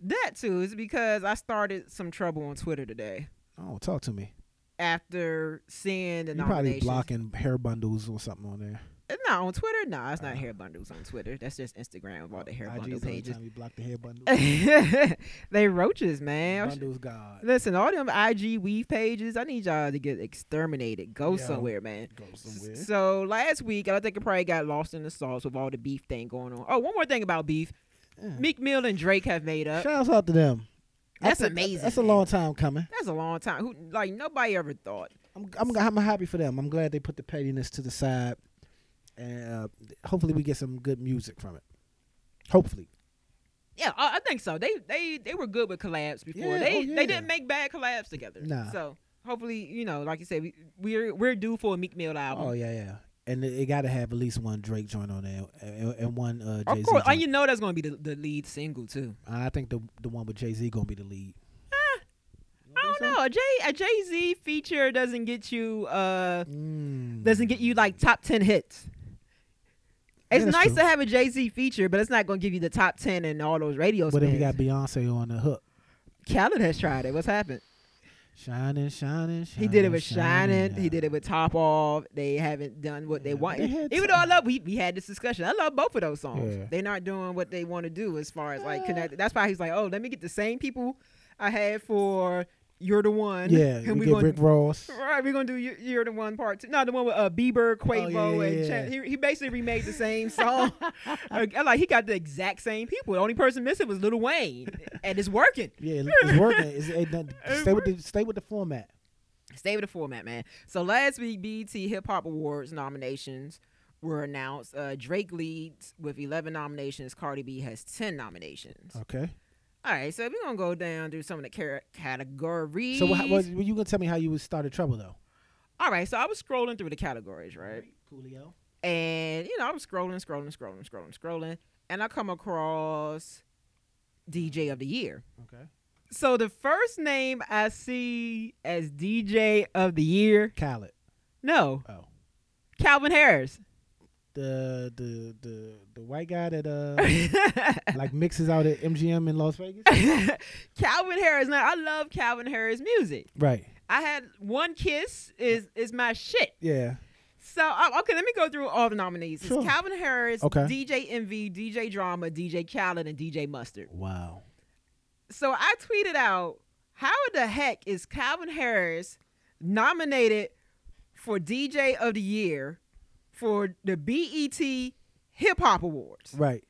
Speaker 3: that too is because I started some trouble on Twitter today
Speaker 4: Oh, talk to me.
Speaker 3: after seeing the
Speaker 4: You're probably
Speaker 3: nominations.
Speaker 4: blocking hair bundles or something on there.
Speaker 3: Not on Twitter. No, it's not
Speaker 4: Uh.
Speaker 3: hair bundles on Twitter. That's just Instagram. All the hair
Speaker 4: IG's
Speaker 3: bundle
Speaker 4: all the
Speaker 3: pages.
Speaker 4: time You block the hair bundle.
Speaker 3: they roaches, man.
Speaker 4: Bundles God.
Speaker 3: Listen, all them IG weave pages, I need y'all to get exterminated. Go
Speaker 4: Yo.
Speaker 3: somewhere, man.
Speaker 4: Go
Speaker 3: S-
Speaker 4: somewhere.
Speaker 3: So last week, I think it probably got lost in the sauce with all the beef thing going on. Oh, one more thing about beef.
Speaker 4: Yeah.
Speaker 3: Meek Mill and Drake have made up.
Speaker 4: Shouts out to them. I
Speaker 3: That's
Speaker 4: think
Speaker 3: amazing,
Speaker 4: That's a
Speaker 3: man.
Speaker 4: long time coming.
Speaker 3: That's a long time. Who like nobody ever thought.
Speaker 4: I'm, I'm I'm happy for them. I'm glad they put the pettiness to the side, and uh, hopefully we get some good music from it. Hopefully,
Speaker 3: Yeah, I, I think so. They they they were good with collabs before.
Speaker 4: Yeah,
Speaker 3: they
Speaker 4: oh, yeah.
Speaker 3: they didn't make bad collabs together.
Speaker 4: Nah.
Speaker 3: So hopefully, you know, like you said, we, we're we're due for a Meek Mill album.
Speaker 4: Oh yeah, yeah. And it, it got to have at least one Drake joint on there, and, and one uh,
Speaker 3: of
Speaker 4: Jay Z.
Speaker 3: course, and you know that's gonna be the, the lead single too.
Speaker 4: I think the the one with Jay Z gonna be the lead.
Speaker 3: I don't know. A Jay a Jay Z feature doesn't get you uh
Speaker 4: Mm.
Speaker 3: doesn't get you like top ten hits. It's
Speaker 4: that's
Speaker 3: nice
Speaker 4: true.
Speaker 3: to have a Jay Z feature, but it's not gonna give you the top ten and all those radio
Speaker 4: But
Speaker 3: spins.
Speaker 4: if you got Beyonce on the hook,
Speaker 3: Khaled has tried it. What's happened?
Speaker 4: shining, shining,
Speaker 3: He
Speaker 4: shining.
Speaker 3: did it with Shining. He
Speaker 4: yeah.
Speaker 3: did it with Top Off. They haven't done what they
Speaker 4: Yeah, but
Speaker 3: want.
Speaker 4: they had
Speaker 3: Even
Speaker 4: some-
Speaker 3: though I love, we, we had this discussion. I love both of those songs.
Speaker 4: Yeah.
Speaker 3: They're not doing what they want to do as far as like
Speaker 4: Uh.
Speaker 3: connect. That's why he's like, oh, let me get the same people I had for You're the One.
Speaker 4: Yeah,
Speaker 3: and
Speaker 4: we,
Speaker 3: we
Speaker 4: get
Speaker 3: gonna,
Speaker 4: Rick Ross.
Speaker 3: All right, we're gonna do You- You're the One part two. No, the one with uh, Bieber, Quavo,
Speaker 4: Oh, yeah, yeah,
Speaker 3: and
Speaker 4: yeah.
Speaker 3: Chad. He, he basically remade the same song. Uh, like he got the exact same people. The only person missing was Lil Wayne, and it's working.
Speaker 4: Yeah, it- it's working. It's, it, done-
Speaker 3: It
Speaker 4: stay with the stay with the format.
Speaker 3: Stay with the format, man. So last week, BET Hip Hop Awards nominations were announced. Uh, Drake leads with 11 nominations. Cardi B has 10 nominations.
Speaker 4: Okay.
Speaker 3: All right, so we're going to go down through some of the car- categories.
Speaker 4: So what, what, you gonna tell me how you would start a trouble though?
Speaker 3: All right, so I was scrolling through the categories, right?
Speaker 4: Coolio.
Speaker 3: And, you know, I was scrolling, scrolling, scrolling, scrolling, scrolling. And I come across DJ of the Year.
Speaker 4: Okay.
Speaker 3: So the first name I see as DJ of the Year,
Speaker 4: Khaled.
Speaker 3: no,
Speaker 4: Oh,
Speaker 3: Calvin Harris.
Speaker 4: the the the the white guy that uh like mixes out at MGM in Las Vegas.
Speaker 3: Calvin Harris. Now I love Calvin Harris music.
Speaker 4: right.
Speaker 3: I had one kiss is is my shit.
Speaker 4: Yeah.
Speaker 3: So I, okay, let me go through all the nominees. It's
Speaker 4: Sure.
Speaker 3: Calvin Harris,
Speaker 4: Okay.
Speaker 3: DJ Envy, DJ Drama, DJ Khaled, and DJ Mustard.
Speaker 4: Wow.
Speaker 3: So I tweeted out, how the heck is Calvin Harris nominated for DJ of the Year for the BET Hip Hop Awards?
Speaker 4: Right.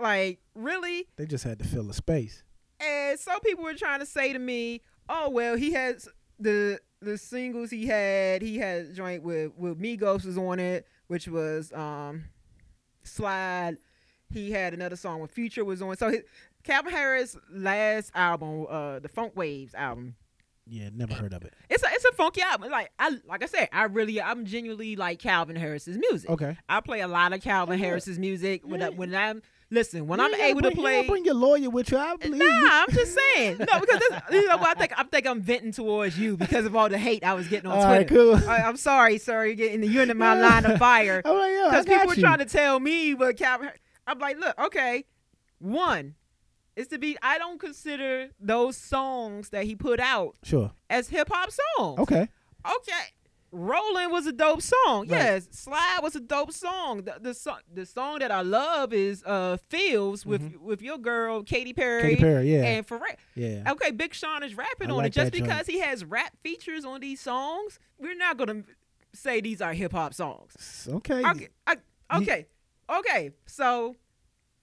Speaker 3: Like, really?
Speaker 4: They just had to fill a space.
Speaker 3: and some people were trying to say to me, "Oh well, he has the the singles he had. He had a joint with with Migos was on it, which was um Slide. He had another song with Future was on. So his Calvin Harris' last album, uh, the Funk Waves album,
Speaker 4: Yeah. Never heard of it.
Speaker 3: it's a it's a funky album. Like I like I said, I really I'm genuinely like Calvin Harris's music.
Speaker 4: Okay.
Speaker 3: I play a lot of Calvin
Speaker 4: Yeah.
Speaker 3: Harris's music when I,
Speaker 4: Yeah.
Speaker 3: when I'm listen when
Speaker 4: You
Speaker 3: I'm
Speaker 4: ain't gotta
Speaker 3: able to
Speaker 4: bring- you ain't
Speaker 3: play.
Speaker 4: gotta Bring your lawyer with you. I believe.
Speaker 3: Nah,
Speaker 4: you.
Speaker 3: I'm just saying. No, because this, you know, what I think I think I'm venting towards you because of all the hate I was getting on
Speaker 4: All right,
Speaker 3: Twitter.
Speaker 4: cool.
Speaker 3: I, am sorry, sir. You're getting you're in my line of fire
Speaker 4: Oh yeah, I
Speaker 3: because people
Speaker 4: got
Speaker 3: were
Speaker 4: you.
Speaker 3: trying to tell me what Calvin. I'm like, look, okay, one. is to be. I don't consider those songs that he put out
Speaker 4: Sure.
Speaker 3: as hip hop songs.
Speaker 4: Okay.
Speaker 3: Okay. Rolling was a dope song.
Speaker 4: Right.
Speaker 3: Yes, Slide was a dope song. The, the song the song that I love is uh Fields with with your girl Katy Perry,
Speaker 4: Mm-hmm. Katy Perry. Yeah.
Speaker 3: and for
Speaker 4: Yeah.
Speaker 3: Okay, Big Sean is rapping
Speaker 4: I
Speaker 3: on
Speaker 4: like
Speaker 3: it just
Speaker 4: that joint.
Speaker 3: because he has rap features on these songs. We're not going to say these are hip hop songs.
Speaker 4: S- Okay.
Speaker 3: Okay, I, okay. Okay. So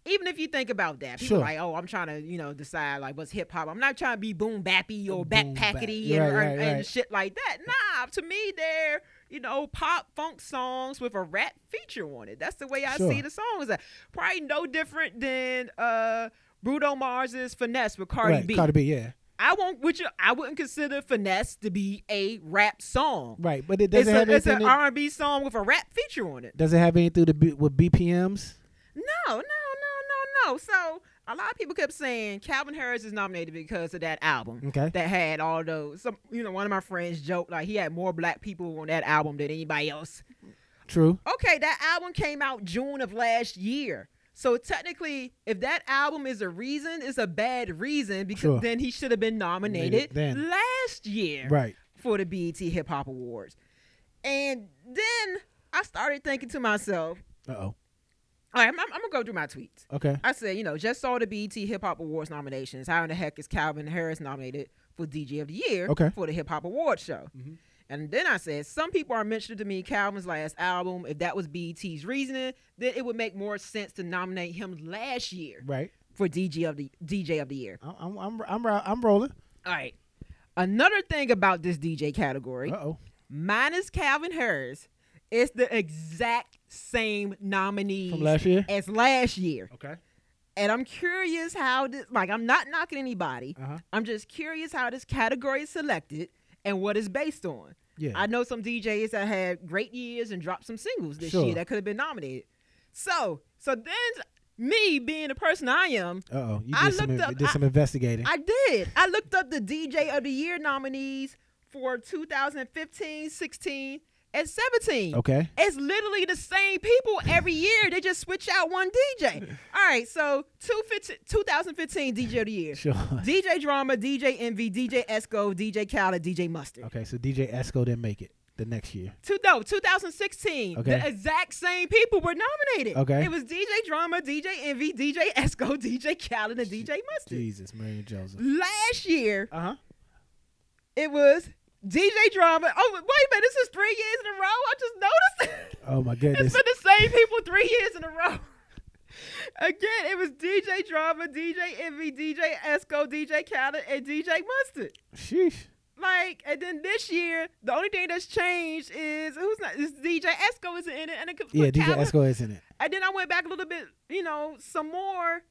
Speaker 3: even if you think about that, people
Speaker 4: Sure.
Speaker 3: like, oh, I'm trying to, you know, decide like what's hip hop. I'm not trying to be boom bappy or
Speaker 4: Boom bap.
Speaker 3: backpackety
Speaker 4: Right,
Speaker 3: and,
Speaker 4: right,
Speaker 3: and
Speaker 4: right.
Speaker 3: shit like that. Nah, to me, they're you know pop funk songs with a rap feature on it. That's the way I see
Speaker 4: Sure.
Speaker 3: the songs. Probably no different than uh Bruno Mars's finesse with Cardi
Speaker 4: right.
Speaker 3: B.
Speaker 4: Cardi B. Yeah.
Speaker 3: I won't. Which I wouldn't consider finesse to be a rap song.
Speaker 4: Right. But it
Speaker 3: It's,
Speaker 4: doesn't
Speaker 3: a,
Speaker 4: have
Speaker 3: it's
Speaker 4: anything.
Speaker 3: an
Speaker 4: to-
Speaker 3: R and B song with a rap feature on it.
Speaker 4: does it have anything to do with BPMs?
Speaker 3: No, no, no, no, no. So a lot of people kept saying Calvin Harris is nominated because of that album
Speaker 4: Okay.
Speaker 3: that had all those. Some, you know, one of my friends joked like he had more black people on that album than anybody else.
Speaker 4: True.
Speaker 3: Okay, that album came out June of last year. So technically, if that album is a reason, it's a bad reason because
Speaker 4: Sure.
Speaker 3: then he should have been nominated
Speaker 4: Then.
Speaker 3: last year
Speaker 4: Right.
Speaker 3: for the BET Hip Hop Awards. And then I started thinking to myself,
Speaker 4: Uh oh.
Speaker 3: all right, I'm, I'm, I'm gonna go through my tweets.
Speaker 4: Okay.
Speaker 3: I said, you know, just saw the BET Hip Hop Awards nominations. How in the heck is Calvin Harris nominated for DJ of the Year
Speaker 4: Okay.
Speaker 3: for the Hip Hop Awards show?
Speaker 4: Mhm.
Speaker 3: And then I said, some people are mentioning to me Calvin's last album. If that was BET's reasoning, then it would make more sense to nominate him last year
Speaker 4: Right.
Speaker 3: for DJ of the DJ of the Year.
Speaker 4: I'm I'm I'm I'm, ro- I'm rolling.
Speaker 3: All right. Another thing about this DJ category,
Speaker 4: Uh oh.
Speaker 3: minus Calvin Harris, it's the exact same nominees
Speaker 4: From last year.
Speaker 3: as last year.
Speaker 4: Okay.
Speaker 3: And I'm curious how this, like, I'm not knocking anybody.
Speaker 4: Uh huh.
Speaker 3: I'm just curious how this category is selected and what it's based on.
Speaker 4: Yeah.
Speaker 3: I know some DJs that had great years and dropped some singles this
Speaker 4: Sure.
Speaker 3: year that could have been nominated. So, so then me being the person I am,
Speaker 4: Uh oh, you
Speaker 3: I
Speaker 4: did some,
Speaker 3: looked
Speaker 4: in-
Speaker 3: up-
Speaker 4: did some investigating.
Speaker 3: I did. I looked up the DJ of the Year nominees for 2015, 16, and 17.
Speaker 4: okay.
Speaker 3: It's literally the same people every year. They just switch out one DJ. All right, so 2015 2015 DJ of the Year.
Speaker 4: Sure.
Speaker 3: DJ Drama, DJ Envy, DJ Esco, DJ Khaled, DJ Mustard.
Speaker 4: Okay, so DJ Esco didn't make it the next year.
Speaker 3: Two, no, 2016.
Speaker 4: Okay.
Speaker 3: The exact same people were nominated.
Speaker 4: Okay.
Speaker 3: It was DJ Drama, DJ Envy, DJ Esco, DJ Khaled, and DJ Mustard.
Speaker 4: Jesus, Mary and Joseph.
Speaker 3: Last year,
Speaker 4: Uh huh.
Speaker 3: it was DJ Drama. Oh, wait a minute, this is three years in a row. I just noticed.
Speaker 4: Oh my
Speaker 3: It's
Speaker 4: goodness.
Speaker 3: been the same people three years in a row. Again, it was DJ Drama, DJ Envy, DJ Esco, DJ Khaled, and DJ Mustard.
Speaker 4: Sheesh.
Speaker 3: Like, and then this year, the only thing that's changed is who's not is DJ Esco is in it, and it could
Speaker 4: Yeah,
Speaker 3: put
Speaker 4: DJ
Speaker 3: Khaled-
Speaker 4: Esco is in it.
Speaker 3: And then I went back a little bit, you know, some more.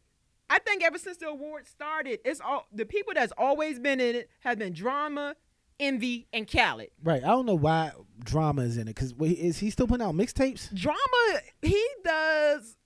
Speaker 3: I think ever since the award started, it's all the people that's always been in it have been Drama, Envy, and Khaled.
Speaker 4: Right. I don't know why drama is in it because is he still putting out mixtapes?
Speaker 3: Drama, he does.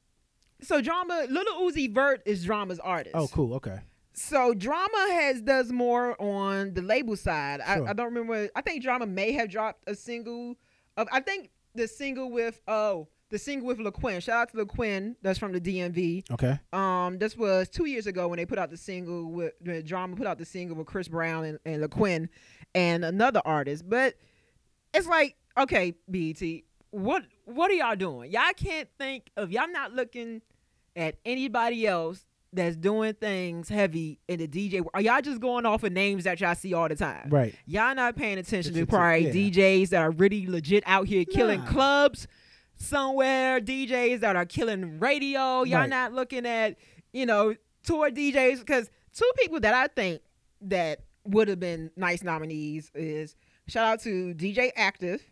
Speaker 3: So drama, Little Uzi Vert is drama's artist.
Speaker 4: Oh, cool. Okay.
Speaker 3: So drama has does more on the label side.
Speaker 4: Sure.
Speaker 3: I, I don't remember. I think drama may have dropped a single of. I think the single with oh the single with LaQuinn. Shout out to LaQuinn. That's from the DMV.
Speaker 4: Okay.
Speaker 3: Um, this was two years ago when they put out the single with the drama put out the single with Chris Brown and, and LaQuinn and another artist. But it's like, okay, BET, what what are y'all doing? Y'all can't think of y'all not looking at anybody else that's doing things heavy in the DJ. wor- Are y'all just going off of names that y'all see all the time?
Speaker 4: Right.
Speaker 3: Y'all not paying attention to
Speaker 4: Attention to-
Speaker 3: probably
Speaker 4: yeah.
Speaker 3: DJs that are really legit out here killing
Speaker 4: Nah.
Speaker 3: clubs somewhere, DJs that are killing radio. Y'all all
Speaker 4: Right.
Speaker 3: not looking at, you know, tour DJs. Because two people that I think that would have been nice nominees is shout out to DJ Active,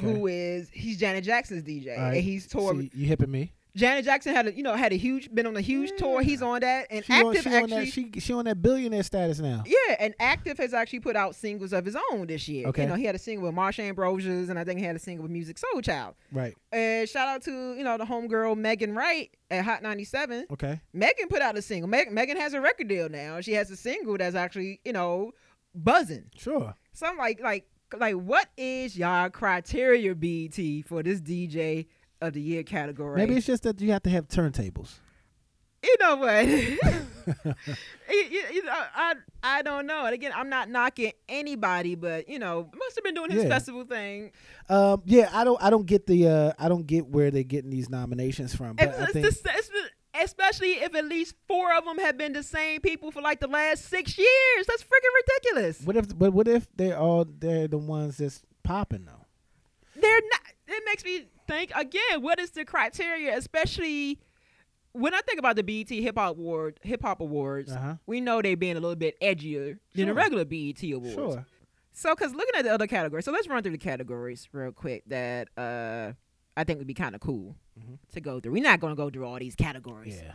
Speaker 3: who is he's Janet Jackson's DJ.
Speaker 4: All right.
Speaker 3: And he's toured.
Speaker 4: See, you hipping me?
Speaker 3: Janet Jackson had a you know had a huge been on a huge tour. He's on that. And
Speaker 4: She on,
Speaker 3: Active
Speaker 4: she, on
Speaker 3: actually
Speaker 4: that, she she on that billionaire status now.
Speaker 3: yeah, and Active has actually put out singles of his own this year.
Speaker 4: Okay.
Speaker 3: You know, he had a single with Marsha Ambrosius, and I think he had a single with Music Soul Child.
Speaker 4: Right.
Speaker 3: And shout out to, you know, the homegirl Megan Wright at Hot 97.
Speaker 4: Okay.
Speaker 3: Megan put out a single. Meg- Megan has a record deal now. She has a single that's actually, you know, buzzing.
Speaker 4: Sure.
Speaker 3: So I'm like, like, like, what is y'all criteria, BT, for this DJ of the year category?
Speaker 4: Maybe it's just that you have to have turntables.
Speaker 3: you know what? You- you- you know, I I don't know. And again, I'm not knocking anybody, but you know, must have been doing his
Speaker 4: Yeah.
Speaker 3: festival thing.
Speaker 4: Um, yeah, I don't I don't get the uh, I don't get where they're getting these nominations from. But
Speaker 3: It's-
Speaker 4: I
Speaker 3: it's
Speaker 4: think
Speaker 3: the s- it's- especially if at least four of them have been the same people for like the last six years. That's freaking ridiculous.
Speaker 4: what if but what if they're all they're the ones that's popping though?
Speaker 3: They're not. It makes me think again. What is the criteria, especially? When I think about the BET Hip Hop Award, Hip Hop Awards,
Speaker 4: Uh-huh.
Speaker 3: we know they being a little bit edgier than the
Speaker 4: Sure.
Speaker 3: regular BET awards.
Speaker 4: Sure.
Speaker 3: So, because looking at the other categories, so let's run through the categories real quick that uh, I think would be kind of cool
Speaker 4: Mhm.
Speaker 3: to go through. We're not going to go through all these categories.
Speaker 4: Yeah.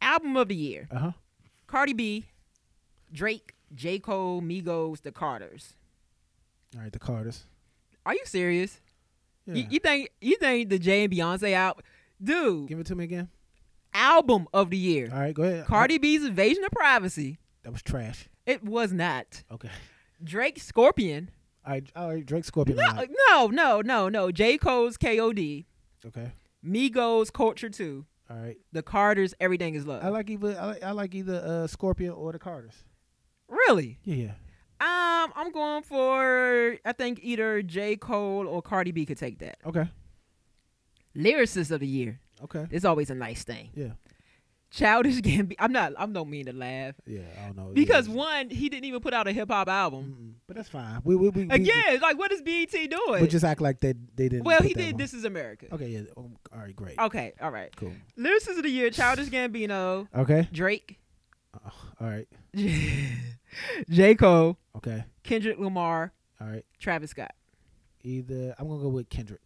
Speaker 3: Album of the year
Speaker 4: Uh huh.
Speaker 3: Cardi B, Drake, J. Cole, Migos, The Carters.
Speaker 4: All right, the Carters.
Speaker 3: Are you serious?
Speaker 4: Yeah.
Speaker 3: You, you think you think the Jay and Beyonce out? Dude,
Speaker 4: Give it to me Uh, again.
Speaker 3: album of the year
Speaker 4: All right, go ahead.
Speaker 3: Cardi B's Invasion of Privacy.
Speaker 4: That was trash.
Speaker 3: It was not.
Speaker 4: Okay.
Speaker 3: Drake Scorpion.
Speaker 4: All right, all right Drake Scorpion.
Speaker 3: No,
Speaker 4: all right.
Speaker 3: no, no, no, no. J. Cole's KOD,
Speaker 4: Okay.
Speaker 3: Migos Culture 2.
Speaker 4: All right.
Speaker 3: The Carters, everything is love.
Speaker 4: I like either I like, I like either uh, Scorpion or the Carters.
Speaker 3: really?
Speaker 4: Yeah, yeah.
Speaker 3: Um, I'm going for I think either J. Cole or Cardi B could take that.
Speaker 4: Okay.
Speaker 3: Lyricist of the year.
Speaker 4: Okay.
Speaker 3: It's always a nice thing.
Speaker 4: Yeah.
Speaker 3: Childish Gambino. I'm not. I don't mean to laugh
Speaker 4: Yeah. I don't know.
Speaker 3: because
Speaker 4: Oh, Yeah.
Speaker 3: one, he didn't even put out a hip hop album.
Speaker 4: Mm-mm. But that's fine. We we we we-
Speaker 3: Again, it's like what is BET
Speaker 4: We,
Speaker 3: doing?
Speaker 4: just act like they they didn't.
Speaker 3: well,
Speaker 4: put
Speaker 3: he
Speaker 4: that
Speaker 3: did.
Speaker 4: one.
Speaker 3: This is America. Okay.
Speaker 4: Okay. Yeah. um, All right. Great.
Speaker 3: all right.
Speaker 4: Cool.
Speaker 3: Lyricist of the year: Childish Gambino,
Speaker 4: Okay.
Speaker 3: Drake,
Speaker 4: Uh, all right.
Speaker 3: J. Cole,
Speaker 4: Okay.
Speaker 3: Kendrick Lamar,
Speaker 4: All right.
Speaker 3: Travis Scott.
Speaker 4: Either I'm gonna go with Kendrick.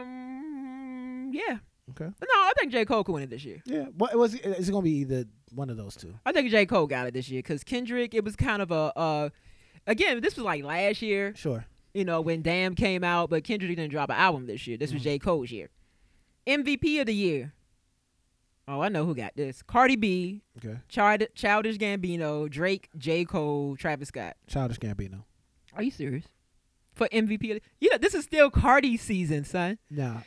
Speaker 3: Um, yeah.
Speaker 4: Okay.
Speaker 3: No, I think J. Cole could win it this year.
Speaker 4: Yeah. What was? It's gonna be either one of those two.
Speaker 3: I think J. Cole got it this year because Kendrick, it was kind of a uh again, this was like last year,
Speaker 4: Sure.
Speaker 3: you know, when Damn came out, but Kendrick didn't drop an album this year. This was J. Cole's year. MVP of the year. Oh, I know who got this. Cardi B,
Speaker 4: Okay.
Speaker 3: Child- Childish Gambino, Drake, J. Cole, Travis Scott.
Speaker 4: Childish Gambino.
Speaker 3: Are you serious? For MVP, of the- yeah, this is still Cardi season, son.
Speaker 4: Nah,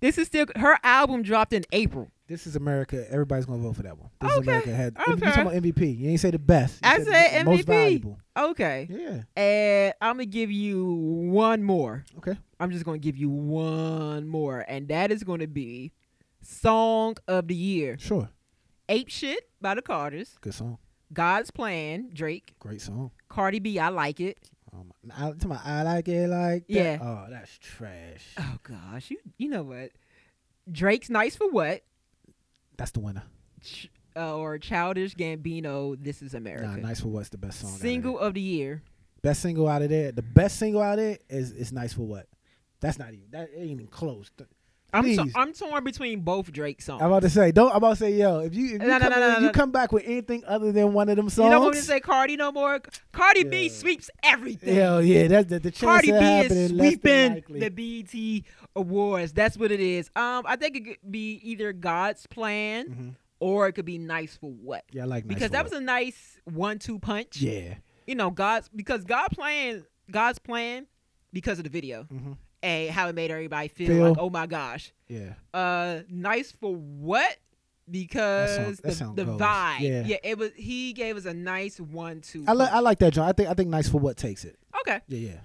Speaker 3: This is still her album dropped in April.
Speaker 4: this is America. Everybody's gonna vote for that one. This is
Speaker 3: Okay.
Speaker 4: America. Had, You
Speaker 3: Okay.
Speaker 4: talking about MVP? You ain't say the best. You
Speaker 3: I said
Speaker 4: the most
Speaker 3: MVP.
Speaker 4: valuable.
Speaker 3: Okay,
Speaker 4: Yeah.
Speaker 3: and I'm gonna give you one more.
Speaker 4: Okay.
Speaker 3: I'm just gonna give you one more, and that is gonna be song of the year:
Speaker 4: Sure.
Speaker 3: "Ape Shit" by the Carters,
Speaker 4: Good song.
Speaker 3: "God's Plan" Drake,
Speaker 4: Great song.
Speaker 3: Cardi B. I like it.
Speaker 4: Um, I, to my, I like it like that.
Speaker 3: Yeah.
Speaker 4: Oh, that's trash.
Speaker 3: Oh gosh, you you know what? Drake's "Nice for What"
Speaker 4: That's the winner.
Speaker 3: ch- uh, or Childish Gambino. This is America.
Speaker 4: Nah, nice for what's the best song? out of
Speaker 3: Single of the year.
Speaker 4: there. Best single out of there. The best single out of there is is nice for what? That's not even. That ain't even close. Th-
Speaker 3: I'm so,
Speaker 4: Please.
Speaker 3: I'm torn between both Drake songs.
Speaker 4: I'm about to say, don't. I'm about to say, yo, if you if you,
Speaker 3: No, no,
Speaker 4: come,
Speaker 3: no,
Speaker 4: in-
Speaker 3: no,
Speaker 4: if
Speaker 3: no.
Speaker 4: you come back with anything other than one of them songs,
Speaker 3: you don't want me to say Cardi no more. Cardi B
Speaker 4: Yeah.
Speaker 3: sweeps everything.
Speaker 4: Hell yeah, that's the, the chance
Speaker 3: Cardi
Speaker 4: of
Speaker 3: B
Speaker 4: that happening
Speaker 3: is
Speaker 4: less than
Speaker 3: sweeping
Speaker 4: likely.
Speaker 3: the BET awards. That's what it is. Um, I think it could be either God's plan
Speaker 4: Mhm.
Speaker 3: or it could be nice for what.
Speaker 4: Yeah, I like nice
Speaker 3: Because
Speaker 4: for
Speaker 3: that
Speaker 4: what.
Speaker 3: was a nice one-two punch.
Speaker 4: yeah.
Speaker 3: You know, God's because God plan God's plan because of the video
Speaker 4: Mhm.
Speaker 3: and how it made everybody feel,
Speaker 4: Feel.
Speaker 3: like, oh my gosh.
Speaker 4: Yeah,
Speaker 3: Uh, nice for what? Because
Speaker 4: that sound
Speaker 3: the, the
Speaker 4: goes.
Speaker 3: vibe.
Speaker 4: Yeah.
Speaker 3: it was. He gave us a nice one-two.
Speaker 4: I like
Speaker 3: punch.
Speaker 4: I like that, John. I think I think nice for what takes it.
Speaker 3: okay.
Speaker 4: Yeah, yeah.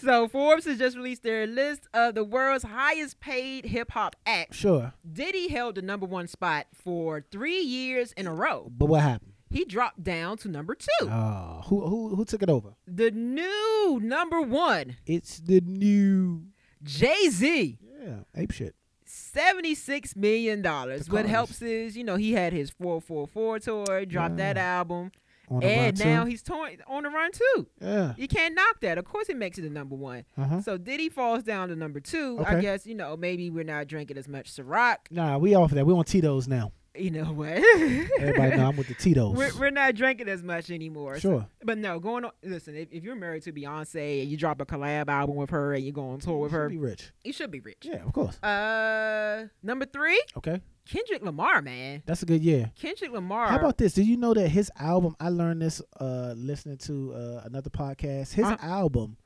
Speaker 3: So Forbes has just released their list of the world's highest paid hip hop acts.
Speaker 4: Sure,
Speaker 3: Diddy held the number one spot for three years in a row.
Speaker 4: but what happened?
Speaker 3: He dropped down to number two.
Speaker 4: Oh, who who who took it over?
Speaker 3: The new number one,
Speaker 4: It's the new
Speaker 3: Jay Z,
Speaker 4: yeah ape shit.
Speaker 3: $76 million. What
Speaker 4: Carters.
Speaker 3: helps is, you know, he had his 444 tour, dropped that album,
Speaker 4: On the
Speaker 3: and
Speaker 4: run,
Speaker 3: now
Speaker 4: too.
Speaker 3: he's touring on the run too.
Speaker 4: yeah.
Speaker 3: You can't knock that. Of course, it makes it the number one.
Speaker 4: Uh-huh.
Speaker 3: So Diddy falls down to number two. I
Speaker 4: Okay.
Speaker 3: guess, you know, maybe we're not drinking as much Ciroc.
Speaker 4: Nah, we off of that. We on Tito's now.
Speaker 3: you know what?
Speaker 4: Everybody know I'm with the Tito's.
Speaker 3: we're, we're not drinking as much anymore. so-
Speaker 4: Sure.
Speaker 3: but no, going on. Listen, if, if you're married to Beyonce and you drop a collab album with her and you go on tour with her,
Speaker 4: Be rich.
Speaker 3: you should be rich.
Speaker 4: Yeah, of course.
Speaker 3: Uh, number three,
Speaker 4: Okay,
Speaker 3: Kendrick Lamar, man.
Speaker 4: that's a good year.
Speaker 3: Kendrick Lamar.
Speaker 4: How about this? Do you know that his album? I learned this uh, listening to uh, another podcast. His
Speaker 3: Uh.
Speaker 4: album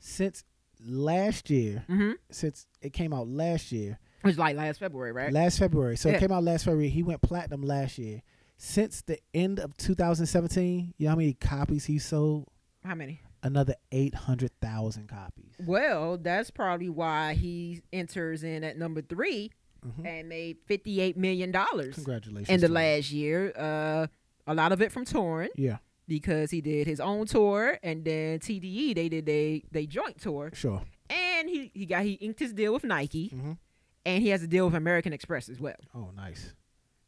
Speaker 4: since last year,
Speaker 3: hmm
Speaker 4: since it came out last year,
Speaker 3: It was like last February, right?
Speaker 4: last February. So
Speaker 3: Yeah.
Speaker 4: it came out last February. He went platinum last year. Since the end of 2017, you know how many copies he sold?
Speaker 3: How many?
Speaker 4: Another 800,000 copies.
Speaker 3: Well, that's probably why he enters in at number 3
Speaker 4: Mhm.
Speaker 3: and made fifty-eight million dollars
Speaker 4: Congratulations.
Speaker 3: in the
Speaker 4: to him.
Speaker 3: last year. Uh, a lot of it from touring.
Speaker 4: Yeah,
Speaker 3: because he did his own tour and then TDE they did they they joint tour
Speaker 4: sure.
Speaker 3: and he he got he inked his deal with Nike
Speaker 4: Mhm.
Speaker 3: and he has a deal with American Express as well.
Speaker 4: Oh, nice.